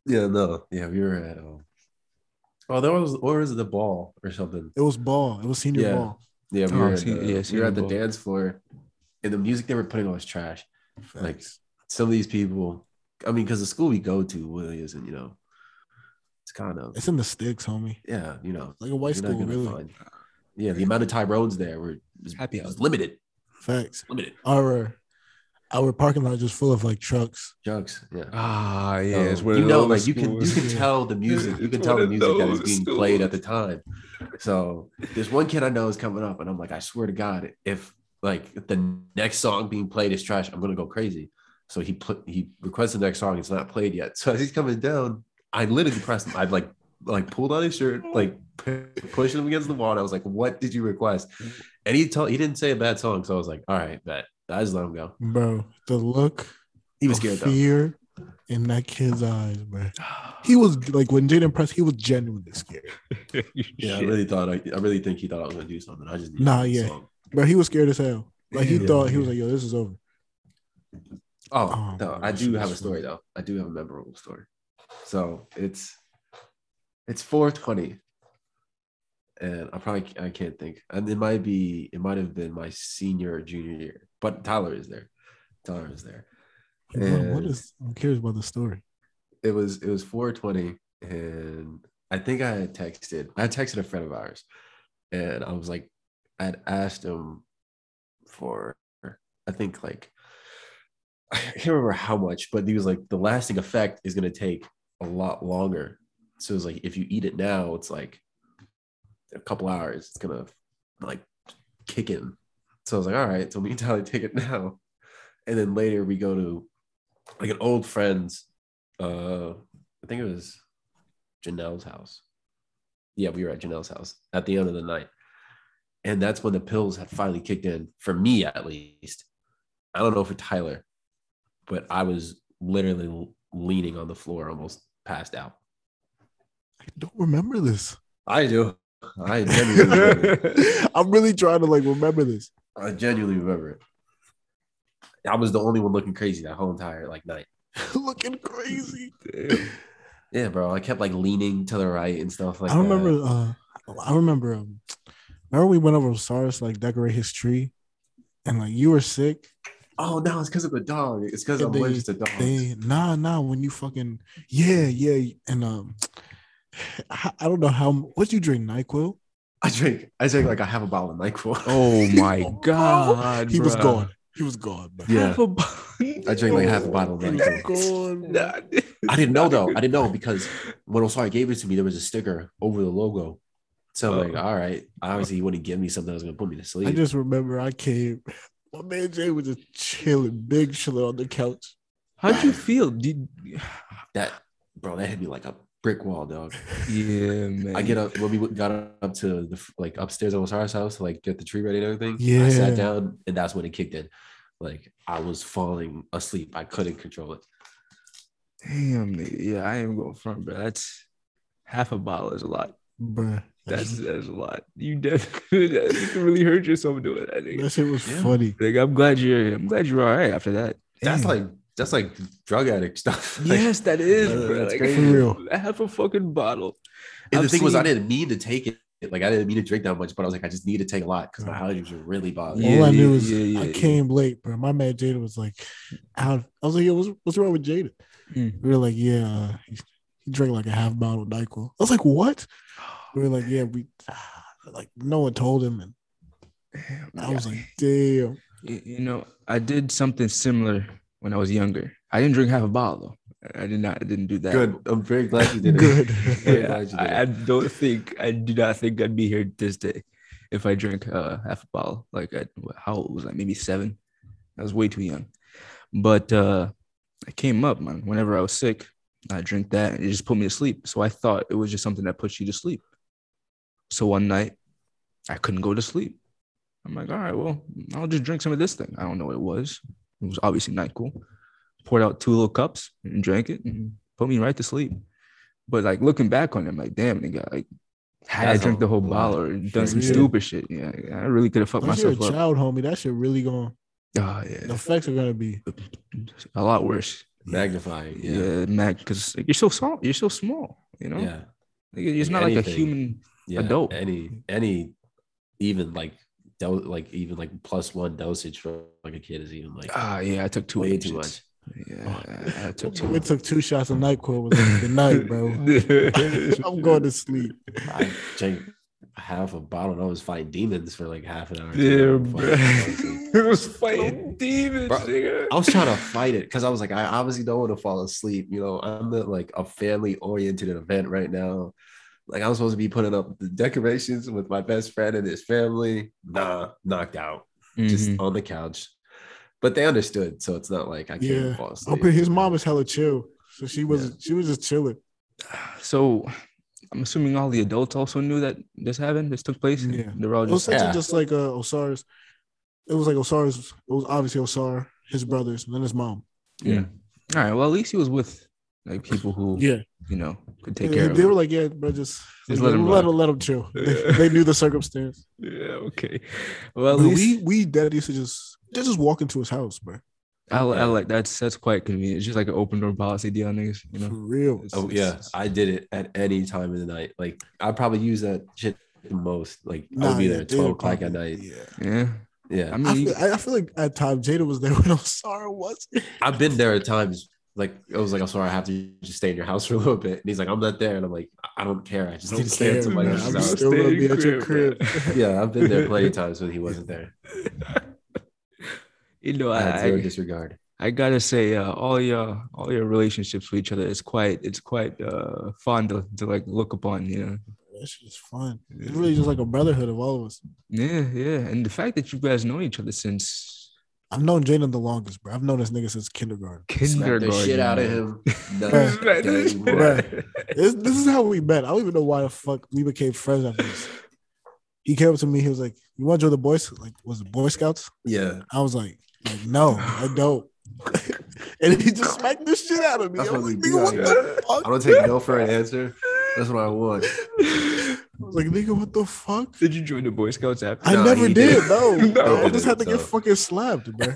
Yeah, no. Yeah, we were at home. Oh, there was, or was it the ball or something?
it was ball. It was senior
Yeah.
ball.
Yeah, we
Oh,
were, at,
see-
the,
yeah,
we
senior
were at the
ball.
dance floor and the music they were putting on was trash. Like,
Facts.
some of these people, I mean, because the school we go to really isn't, you know, it's kind of,
it's in the sticks, homie.
yeah, you know,
Like a white
you're not
school,
gonna
really.
find- Yeah, the amount of Tyrones there were was,
Happy
was
hour.
limited,
Facts.
limited.
Our our parking lot is just full of like trucks.
Jokes, yeah.
Ah, yeah.
So,
it's one
you
of
know, like
those
you can you
schools.
can tell the music, you
It's
can tell
one
the
of
music that is
those
being played at the time. So this one kid I know is coming up, and I'm like, I swear to God, if like if the next song being played is trash, I'm gonna go crazy. So he put he requests the next song, it's not played yet. So as he's coming down, I literally pressed him. I like like pulled on his shirt, like pu- pushing him against the wall. And I was like, What did you request? And he told he didn't say a bad song, so I was like, All right, bet. I just let him go.
Bro, the look
He was
of
scared though.
fear in that kid's eyes, bro. He was like when Jaden pressed, he was genuinely scared.
Yeah, I
Shit.
really thought I, I really think he thought I was gonna do something. I just needed
Nah,
the
yeah.
song.
Bro, he was scared as hell. Like he
Yeah.
thought he was like, yo, this is over.
Oh,
Oh,
no,
man,
I
that
do
shit
have a
was
story
funny.
though. I do have a memorable story. So it's it's 420. And I probably I can't think. And it might be it might have been my senior or junior year, but Tyler is there. Tyler is there.
Bro, what
And-
is I'm curious about the story.
it was it was 420 and I think I had texted I texted a friend of ours and I was like I would asked him for I think like I can't remember how much, but he was like the lasting effect is gonna take a lot longer. So it's like if you eat it now, it's like a couple hours, it's gonna like kick in. So I was like, all right, so me and Tyler take it now. And then later we go to like an old friend's uh I think it was Janelle's house. Yeah, we were at Janelle's house at the end of the night. And that's when the pills had finally kicked in, for me at least. I don't know for Tyler, but I was literally leaning on the floor, almost passed out.
I don't remember this.
I do. I genuinely remember it.
I'm really trying to like remember this.
I genuinely remember it. I was the only one looking crazy that whole entire like night.
Looking crazy.
Yeah, bro. I kept like leaning to the right and stuff like
I
that.
remember. Uh, I remember. Um, remember we went over to Cyrus to, like decorate his tree, and like you were sick.
Oh no, it's because of the dog. It's because
Yeah,
I'm
they-
allergic to dogs.
They nah nah when you fucking yeah yeah and um. I I don't know how. What you drink? Nyquil.
I drink. I drink like I have a bottle of Nyquil.
Oh my
Oh,
god.
He was
bruh.
gone. He was gone. Bro.
Yeah.
Half a bottle.
I drink like half a bottle of
He was
Nyquil.
gone, bro.
Nah.
I didn't know though. I didn't know because when Osari gave it to me, there was a sticker over the logo. So I'm like,
Oh.
all right. Obviously, he wouldn't give me something that was gonna put me to sleep.
I just remember I came. My man Jay was just chilling, big chilling on the couch.
How'd you feel? Did
that bro, that hit me like a brick wall, dog.
yeah, man.
I get up when we got up to the like upstairs at Osara's house to like get the tree ready and everything. I
Yeah.
sat down and that's when it kicked in. Like I was falling asleep. I couldn't control it.
Damn, nigga. yeah, I am going front, bro. That's half a bottle is a lot.
Bruh.
That's that's a lot. You definitely you can really hurt yourself doing that. Nigga.
that shit was
Yeah.
funny.
Like, I'm glad you're. I'm glad you're all right after that.
That's
Damn.
like that's like drug addict stuff. Like,
yes, that is,
Uh,
bro.
that's
Like,
crazy.
For real.
half a fucking bottle.
And the
I've
thing was, I
seen-
didn't mean to take it. Like I didn't mean to drink that much, but I was like, I just need to take a lot because my allergies were really bothering. me.
Yeah,
All I knew
yeah,
is
yeah,
I
yeah, yeah.
came late, bro. My man Jada was like, out. I was like, yo, what's, what's wrong with Jada?
Mm.
We were like, yeah, uh, he, he drank like a half bottle of NyQuil. I was like, what?
Mm.
We were like, yeah, we, like, no one told him. And
Damn,
I was
yeah.
like, damn.
Y- You know, I did something similar when I was younger. I didn't drink half a bottle though. I- I did not. I didn't do that.
Good. I'm very glad you did it.
Good.
Very
Yeah,
glad you did
I, I don't think I do not think I'd be here this day if I drank uh, half a bottle. Like, I, how old was I? Maybe seven. I was way too young. But uh, I came up, man. Whenever I was sick, I drink that, and it just put me to sleep. So I thought it was just something that puts you to sleep. So one night, I couldn't go to sleep. I'm like, all right, well, I'll just drink some of this thing. I don't know what it was. It was obviously Nyquil. Poured out two little cups and drank it and put me right to sleep. But like looking back on it, I'm like, damn, nigga, like had
That's
I drank
a
the whole
lot.
bottle or done some
Yeah.
stupid shit, yeah, I really could have fucked
Unless you're a
myself up.
child, homie, that shit really going,
Oh
the
yeah,
effects are going to be.
a lot worse.
Magnifying.
Yeah,
Yeah.
Mac, because like, you're so small. You're so small. You know,
Yeah. Yeah.
Like, it's
Like
not like a
anything.
human. Adult.
Any any even like do- like even like plus one dosage for like a kid is even like
Ah, yeah, I took two
way
agents.
too much.
Yeah, I took two.
We took two shots of NyQuil. Was like, good night, bro. I'm going to sleep.
I drank half a bottle and I was fighting demons for like half an hour.
Yeah, bro.
Fucking-
it was fighting demons,
Bro,
nigga.
I was trying to fight it because I was like, I obviously don't want to fall asleep. You know, I'm at like a family oriented event right now. Like I'm supposed to be putting up the decorations with my best friend and his family. Nah, knocked out, just
Mhm.
on the couch. But they understood, so it's not like I can't
Yeah.
fall asleep.
Okay, his mom was hella chill, so she was
Yeah.
she was just chilling.
mm-hmm.
so I'm assuming all the adults also knew that this happened, this took place.
Yeah.
They're all
It was
just
such
Yeah.
a, just like uh, Osar's. It was like Osar's. It was obviously Osar, his brothers, and then his mom.
yeah. All right. Well, at least he was with like people who
Yeah,
you know could take
they,
care
they
of.
were
him.
like, yeah, bro, just,
Just
let,
let him
him, let
rock.
him let him chill. They,
Yeah.
they knew the circumstance.
yeah. Okay. Well,
But
at least
we we dad used to just they just walk into his house, bro.
I, li- I
Yeah.
like that's that's quite convenient. It's just like an open door policy deal, niggas. You
For
know.
real,
It's-
Oh
it's-
yeah,
it's-
I did it at any time of the night. Like I probably use that shit the most. Like I
Nah,
would be
yeah,
there at
they
twelve
were
o'clock at
probably-
night.
Yeah.
Yeah.
Yeah,
I
i
mean,
I
you-
feel, I I feel like at time Jada was there when Osar was.
have been there at times like I was like, I'm sorry, I have to just stay in your house for a little bit. And he's like, I'm not there. And I'm like, I- I don't care. I just
Don't
need to stay
care,
at somebody
man.
else's
I'm
house.
still gonna be at your
yeah, I've been there plenty of times when he wasn't there.
You know,
I had
I,
zero
I,
disregard.
I gotta say, uh, all your all your relationships with each other is quite it's quite uh, fun to, to like look upon. You know,
That shit is fun. It's really just like a brotherhood of all of us.
yeah, yeah, and the fact that you guys know each other since
I've known Jaden the longest, bro. I've known this nigga since kindergarten.
Smacked
kindergarten.
the shit out of him.
Bruh.
Dirty boy.
Bruh. This, this is how we met. I don't even know why the fuck we became friends after this. He came up to me. He was like, "You want to join the boys? Like, was it Boy Scouts?"
Yeah,
I was like, like "No, I don't." and he just smacked the shit out of me.
That's
I was
what
like,
we do
"Nigga, what
out
the fuck?"
I don't take no for an answer. That's what I want.
I was like, "Nigga, what the fuck?"
Did you join the Boy Scouts after?
I
Nah,
never
he
did.
didn't.
No,
No.
I just had to get
So-
fucking slapped, bro.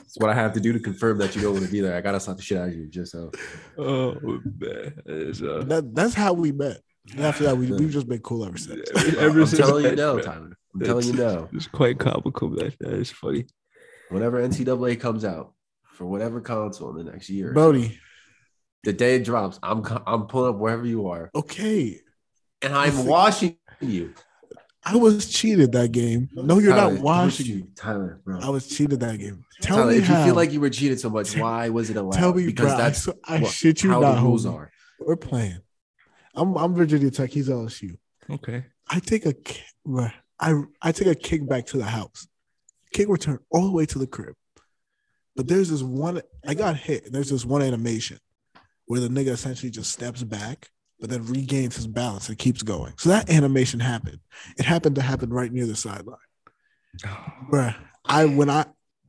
It's what I have to do to confirm that you don't want to be there. I gotta slap the shit out of you just so.
Oh man, it's, uh,
That, that's how we met. And after that, we we've just been cool ever since.
ever
I'm
since
telling you
then,
no,
man.
Tyler. I'm telling you no.
It's quite comical, man. That is funny.
Whenever NCAA comes out for whatever console in the next year,
Brody,
the day it drops, I'm co- I'm pulling up wherever you are,
okay,
and I'm watching you.
I was cheated that game. No, you're
Tyler,
not
I'm pushing
watching.
you, Tyler, bro.
I was cheated that game. Tell
Tyler,
me
if
how.
you feel like you were cheated so much, why was it allowed?
Tell me,
because
bro.
that's
I, s- I
what-
shit you
how
not.
the rules
homie.
are.
We're playing. I'm I'm Virginia Tech. He's LSU.
Okay.
I take a ki- bruh, I I take a kick back to the house. Kick return all the way to the crib. But there's this one I got hit, and there's this one animation where the nigga essentially just steps back, but then regains his balance and keeps going. So that animation happened. It happened to happen right near the sideline. Bruh, I when I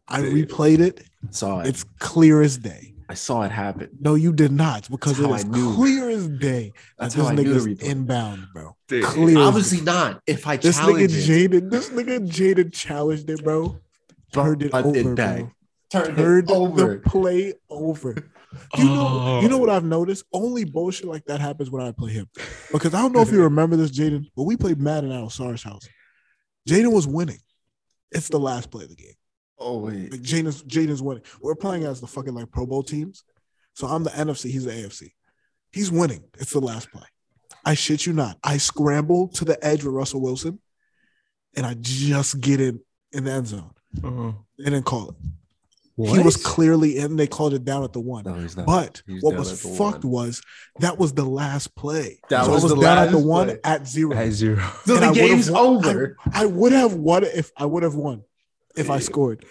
I
Dude.
replayed it,
Saw it.
it's clear as day.
I saw it happen.
No, you did not, because
That's
it
how
is
I knew.
clear as day that
That's
this
how I knew
nigga's
to replay.
inbound, bro.
Dude,
Clear. as
Obviously not. If I
This nigga
challenge it,
Jaden, this nigga Jaden challenged it, bro. Turned it
But it
over, bro.
back. turned,
Turned
it over.
the play over. You know, you know what I've noticed? Only bullshit like that happens when I play him. Because I don't know if you remember this, Jaden, but we played Madden at Osar's house. Jaden was winning. It's the last play of the game.
oh wait,
Like Jaden's Jaden's winning. We're playing as the fucking like Pro Bowl teams. So I'm the NFC, he's the AFC. He's winning. It's the last play. I shit you not. I scramble to the edge with Russell Wilson and I just get in in the end zone.
Oh.
They didn't call it. He was clearly in. They called it down at the one.
no, he's not.
But
He was
what
down
was
at the
fucked
one.
was that was the last play.
That
So I
was
was
the
down at the
last
one
play.
at zero.
At zero.
so
and I
the
would've
game's
won-
over.
I would have won if I would have won if I scored.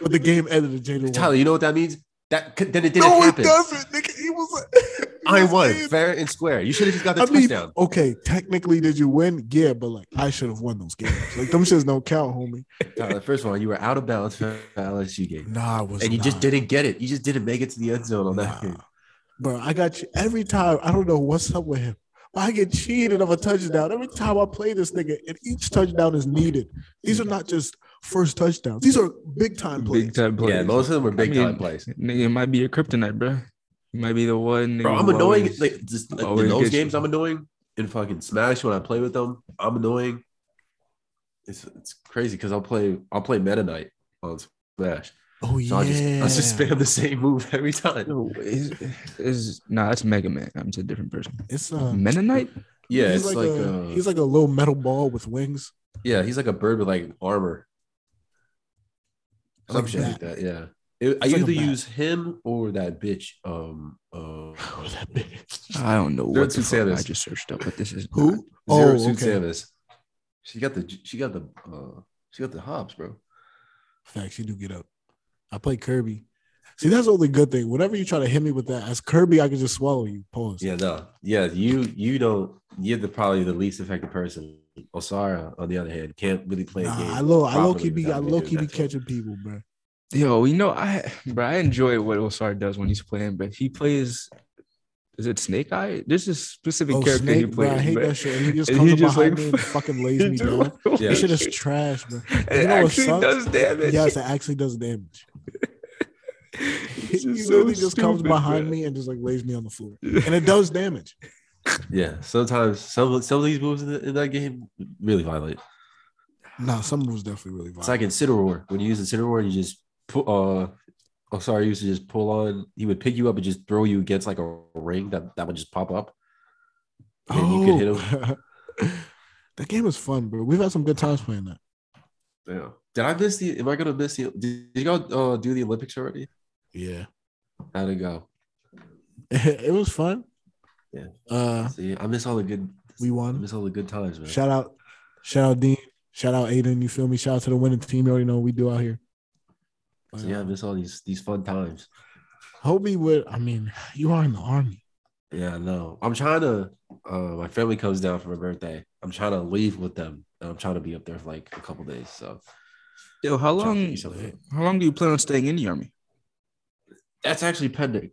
But the game ended and Jaden won.
Tyler, you know what that means? That could- then it didn't
No,
happen.
it doesn't. Nigga, he was. he
I
was
won
in.
fair and square. You should have just got the
I mean,
touchdown.
okay, technically, did you win? Yeah, but like, I should have won those games. Like, them shits don't count, homie.
Tyler, first of all, you were out of bounds for the LSU game,
Nah, I was.
and you
not.
just didn't get it. You just didn't make it to the end zone on
Nah.
that. game.
Bro, I got you every time. I don't know what's up with him. But I get cheated of a touchdown every time I play this nigga, and each touchdown is needed. These are not just first touchdowns. These are big time plays.
Big time play.
Yeah, most of them were big
I mean,
time plays.
Nigga, it might be your kryptonite, bro. You might be the one.
Bro,
nigga,
I'm
who
annoying.
always-
like just, like,
always
in those
gets you.
games, I'm annoying. In fucking Smash, when I play with them, I'm annoying. It's it's crazy because I'll play I'll play Meta Knight on Smash.
Oh
So I just I just spam the same move every time.
No, is is nah, that's Mega Man. I'm just a different person.
It's uh,
Mennonite?
Yeah,
he's
it's like,
a,
uh,
he's like a little metal ball with wings.
Yeah, he's like a bird with like armor. Some
Like
shit like that. Yeah. It-
It's
I
like a
either
bat. Oh,
use him or that bitch. Um, uh,
that bitch.
I don't know
Zero
what
Suit
the fuck I
Samus.
just searched up, but this is
Who?
not-
Zero
Oh,
Suit
okay.
Samus. She got the she got the uh she got the hops, bro.
Facts, you do get up. I play Kirby. See, that's the only good thing. Whenever you try to hit me with that, as Kirby, I can just swallow you. Pause.
Yeah, no, yeah. You you don't. You're the probably the least affected person. Osara, on the other hand, can't really play a game.
Nah, I low, I low key
properly
be, I
without
low
doing
key be
that.
catching people, bro.
Yo, you know, I bro, I enjoy what Osar does when he's playing, but he plays is it Snake Eye? There's a specific
Oh,
character he
Snake, bro,
plays.
I hate
bro.
that shit. And he just
And
comes
he
up
just,
behind
like,
me and fucking lays
He
me
do-
down.
Yeah.
That shit is trash, bro.
It
You know what
actually
sucks?
does damage.
Yes, it actually does damage. He
It's just so
literally just comes
stupid,
behind
bro.
me and just like lays me on the floor, and it does damage.
Yeah, sometimes some some of these moves in, the, in that game really violate.
Nah, some moves definitely really
It's
violent.
like Incineroar. When you use Incineroar, you just put uh Osari used to just pull on. He would pick you up and just throw you against like a ring that that would just pop up. And you could hit
Oh. that game is fun, bro. We've had some good times playing that.
Yeah. Did I miss the? Am I gonna miss the? Did you go uh, do the Olympics already?
Yeah,
How'd it go?
it was fun.
Yeah.
Uh,
See, I miss all the good.
we
I
won.
miss all the good times, man.
Shout out, shout out Dean. Shout out Aiden. You feel me? Shout out to the winning team. You already know what we do out here. uh,
So, yeah, I miss all these these fun times.
Hobie would. I mean, you are in the army.
Yeah, I know. I'm trying to. Uh, my family comes down for my birthday. I'm trying to leave with them. And I'm trying to be up there for like a couple days. So
Yo, how
Trying to
long?
do something.
How long do you plan on staying in the army?
that's actually pending.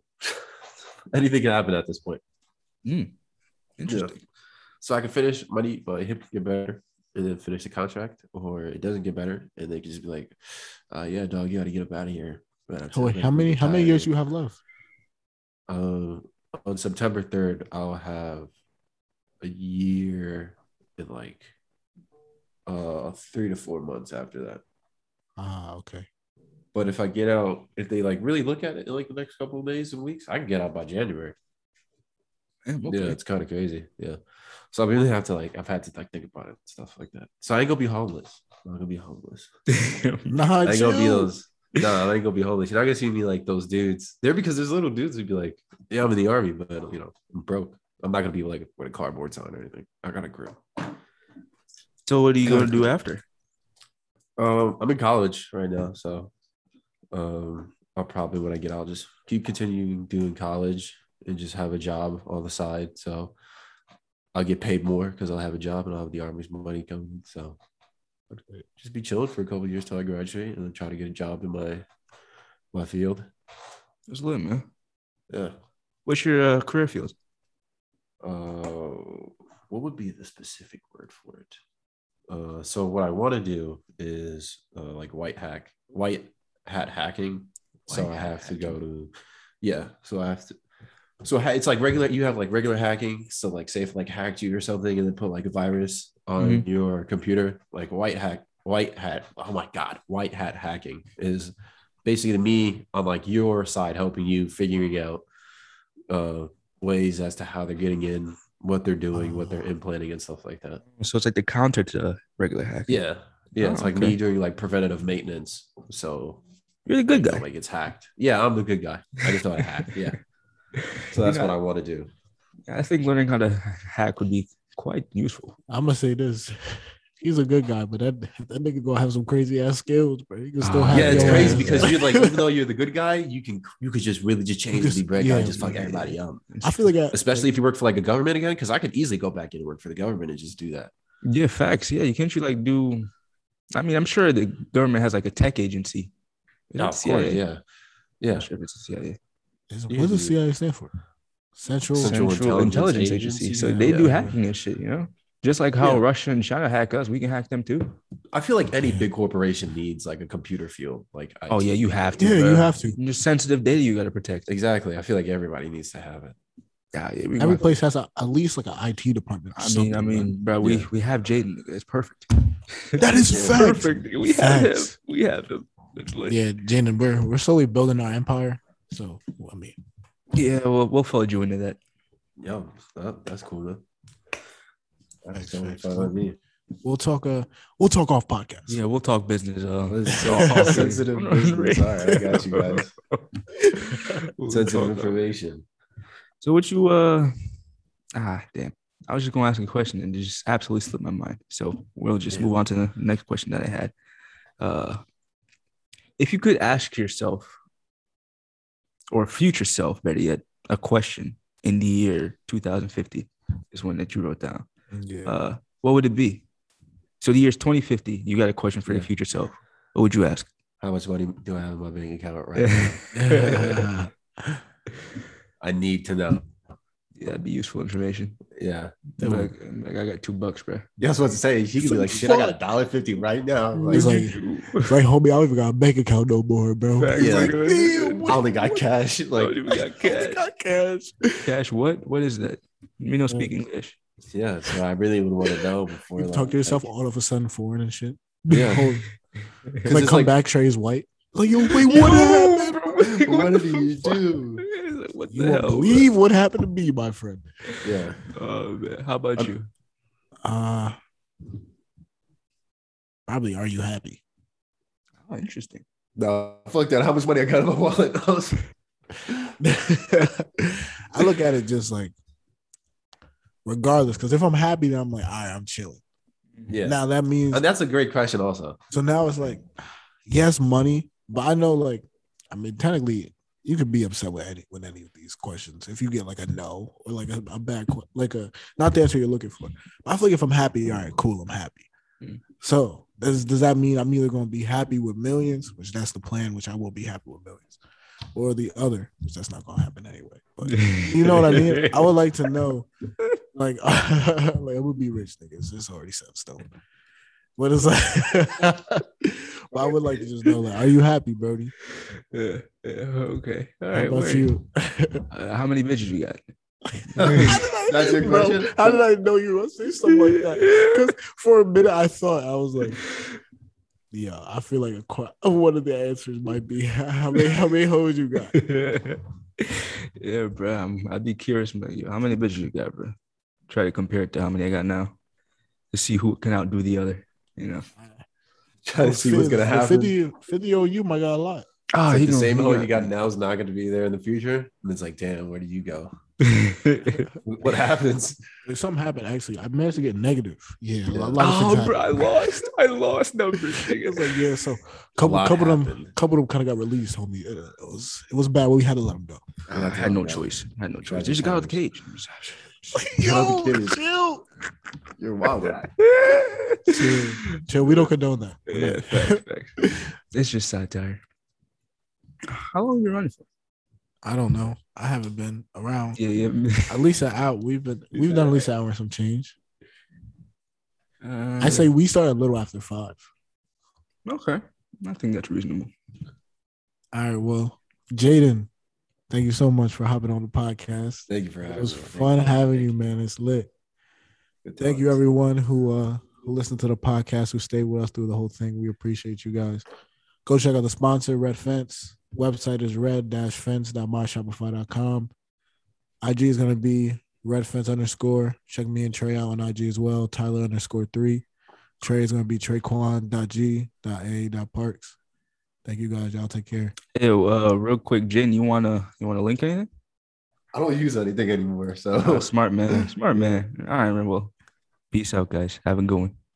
Anything can happen at this point.
Interesting.
So I can finish money, but hip can get better and then finish the contract, or it doesn't get better and they can just be like, uh, "Yeah, dog, you got to get up out of here." Man, I'm
Oh, wait,
tired.
how many? How many years
Tired.
you have left?
Um, on September 3rd, I'll have a year and like uh three to four months after that.
Ah, okay.
But if I get out, if they like really look at it in like the next couple of days and weeks, I can get out by January.
Damn, okay.
Yeah, it's kind of crazy. Yeah. So I really have to like I've had to like think about it, stuff like that. So I ain't gonna be homeless. I'm not gonna be homeless.
Nah,
I ain't gonna be
chill.
those. No, I ain't gonna be homeless. You're not gonna see me like those dudes. They're because there's little dudes who'd be like, yeah, I'm in the army, but you know, I'm broke. I'm not gonna be like with a cardboard sign or anything. I got a grill.
So what are you gonna do after?
Um, I'm in college right now, so um, I'll probably when I get out just keep continuing doing college and just have a job on the side. So I'll get paid more because I'll have a job and I'll have the army's money coming. So just be chilling for a couple of years till I graduate and then try to get a job in my my field.
That's lit, man.
Yeah.
What's your uh, career field?
uh, what would be the specific word for it? Uh, so what I want to do is uh, like white hack, white hat hacking. so
White
I
hat
have to go
hacking.
to, yeah. So I have to. So ha- it's like regular. You have like regular hacking. So like, say if like hacked you or something, and then put like a virus on
Mhm.
your computer, like white hack, white hat. Oh my god, white hat hacking is basically to me on like your side helping you figuring out uh ways as to how they're getting in what they're doing what
Oh.
they're implanting and stuff like that
So it's like the counter to regular hack.
yeah yeah it's
Oh,
like
okay.
me doing like preventative maintenance so
You're a good
it's not
guy.
like it's hacked yeah i'm the good guy i just know how to hack yeah so that's
You
what
got-
i want to do
I think learning how to hack would be quite useful.
I'm gonna say this. He's a good guy, but that that nigga gonna have some crazy ass skills, bro. He can still
Ah,
have.
yeah it's
your
crazy
ass,
because
bro.
you're like even though you're the good guy you can you could just really just change
just-
the break
yeah,
and just fuck
yeah,
everybody up
I feel like I,
especially if you work for like a government again because i could easily go back in and work for the government and just do that
Yeah, facts. Yeah, you can't you like do? I mean, I'm sure the government has like a tech agency. Is
no,
it
of course
CIA?
yeah yeah
I'm sure if it's the CIA.
Is- what does CIA stand for? Central.
Central
Central,
Intelligence
Intelligence,
Agency,
Agency. So
yeah.
they do
Yeah.
hacking and shit, you know. Just like how
Yeah.
Russia and China hack us, we can hack them too.
I feel like any big corporation needs like a computer field. Like, I,
Oh yeah, you have to.
yeah,
bro.
you have to.
There's sensitive data you got to protect.
exactly. I feel like everybody needs to have it.
Yeah, yeah, we
Every
got-
place has a, at least like an IT department. or
I mean, I
something, bro.
mean, bro, we
Yeah.
we have Jaden. nigga. It's perfect.
That is
It's
facts.
Perfect. We have him.
Facts.
We have him. It's lit.
yeah, Jaden, we're we're slowly building our empire. So I mean,
Yeah, well, we'll fold you into that.
Yeah, that, that's cool though. That's
Thanks,
totally
thanks.
fine with me.
we'll talk. Uh, we'll talk off podcast.
Yeah, we'll talk business. Uh,
This is
all
sensitive business. All right, I got you guys.
We'll
Sensitive
talk-
information.
So what you uh ah damn. I was just gonna ask a question and it just absolutely slipped my mind. So we'll just
Yeah.
move on to the next question that I had. Uh if you could ask yourself or future self, better yet, a question in the year 2050 is one that you wrote down.
yeah.
Uh what would it be? So the year's 2050, you got a question for your
Yeah.
future self. What would you ask?
How much money do I have in my bank account right now?
yeah,
I need to know.
that'd be useful information.
Yeah.
That would-
Like, like I got two bucks, bro.
Yeah, I was about to say, she could be like, shit, I got a dollar fifty right now. Like,
It's like- right, homie. I don't even got a bank account no more, bro.
Facts,
Yeah,
Like,
like,
damn,
I
what-
only got cash. Like,
oh
I only got cash.
Cash, what? What is that? Me no speak English.
yeah, so I really would want to know before.
You
like,
talk to yourself
like-
all of a sudden foreign and shit.
Yeah.
Whole-
'cause
like
it's
come
like-
back, Trey's white. Like yo, wait, what happened?
what did you do?
do? What the
You won't
hell?
believe what happened to me, my friend.
Yeah.
Oh, man. How about
I'm-
you?
Uh probably are you happy?
Oh, interesting.
No, fuck that. How much money I got in my wallet? I was-
I look at it just like regardless, because if I'm happy, then I'm like, all right, I'm chilling.
yeah.
Now that means
And that's a great question, also.
so now it's like, yes, money, but I know like I mean technically you could be upset with any with any of these questions if you get like a no or like a, a bad que- like a not the answer you're looking for. But I feel like if I'm happy, all right, cool, I'm happy.
Mm.
So does does that mean I'm either gonna be happy with millions, which that's the plan, which I will be happy with millions, or the other, which that's not gonna happen anyway. But you know what I mean? I would like to know, like, like I would be rich, niggas. It's already set in stone. But it's like, but I would like to just know, like, are you happy, Brody?
Yeah, yeah, okay. All
How
right.
about
word.
you?
Uh, how many bitches you got?
That's your
Bro,
question?
How did I know you were gonna say something like that? Because for a minute I thought I was like, yeah, I feel like a qu- one of the answers might be how many how many hoes you got?
yeah, bro. I'm, I'd be curious, man. Yo, How many bitches you got, bro? Try to compare it to how many I got now to see who can outdo the other. You know.
Try to see what's gonna
Well,
happen.
50, 50 on you might got a lot.
Oh,
It's like the same hoe you got now is not going to be there in the future. And it's like, damn, where do you go? What happens?
If something happened, actually, I managed to get negative. Yeah, a
Yeah.
lot of things
oh,
happened.
bro, I lost. I lost numbers. nigga.
It's like yeah, so couple
lot
couple of them
happened.
couple of them kind of got released, homie. Uh, It, it was it was bad, but we had to let them go.
We'll
I
have to
had no
help you out.
choice. I had no choice.
Tragic
They just got out of the cage.
Yo,
chill,
You're wild.
chill. We don't condone that. We're
yeah,
not-
facts, facts. It's just satire. How long you running for?
I don't know. I haven't been around.
Yeah, yeah.
At least an hour. We've been we've done at least an hour and some change.
Uh,
I say we started a little after five.
okay. I think that's reasonable.
All right. Well, Jaden, thank you so much for hopping on the podcast.
Thank you for having
It
me.
was
man. Thank
fun
you.
having you, man. It's lit.
Good
Thank you,
times.
everyone who uh who listened to the podcast, who stayed with us through the whole thing. We appreciate you guys. Go check out the sponsor, Red Fence. Website is red-fence.myshopify.com. IG is gonna be red fence underscore. Check me and Trey out on IG as well. Tyler underscore three. Trey is gonna be Parks. Thank you guys. Y'all take care.
Hey, uh, real quick, Jen, you wanna you wanna link anything?
I don't use anything anymore. So.
Oh, smart man, smart man. All right, man, well, peace out, guys. Have a good one.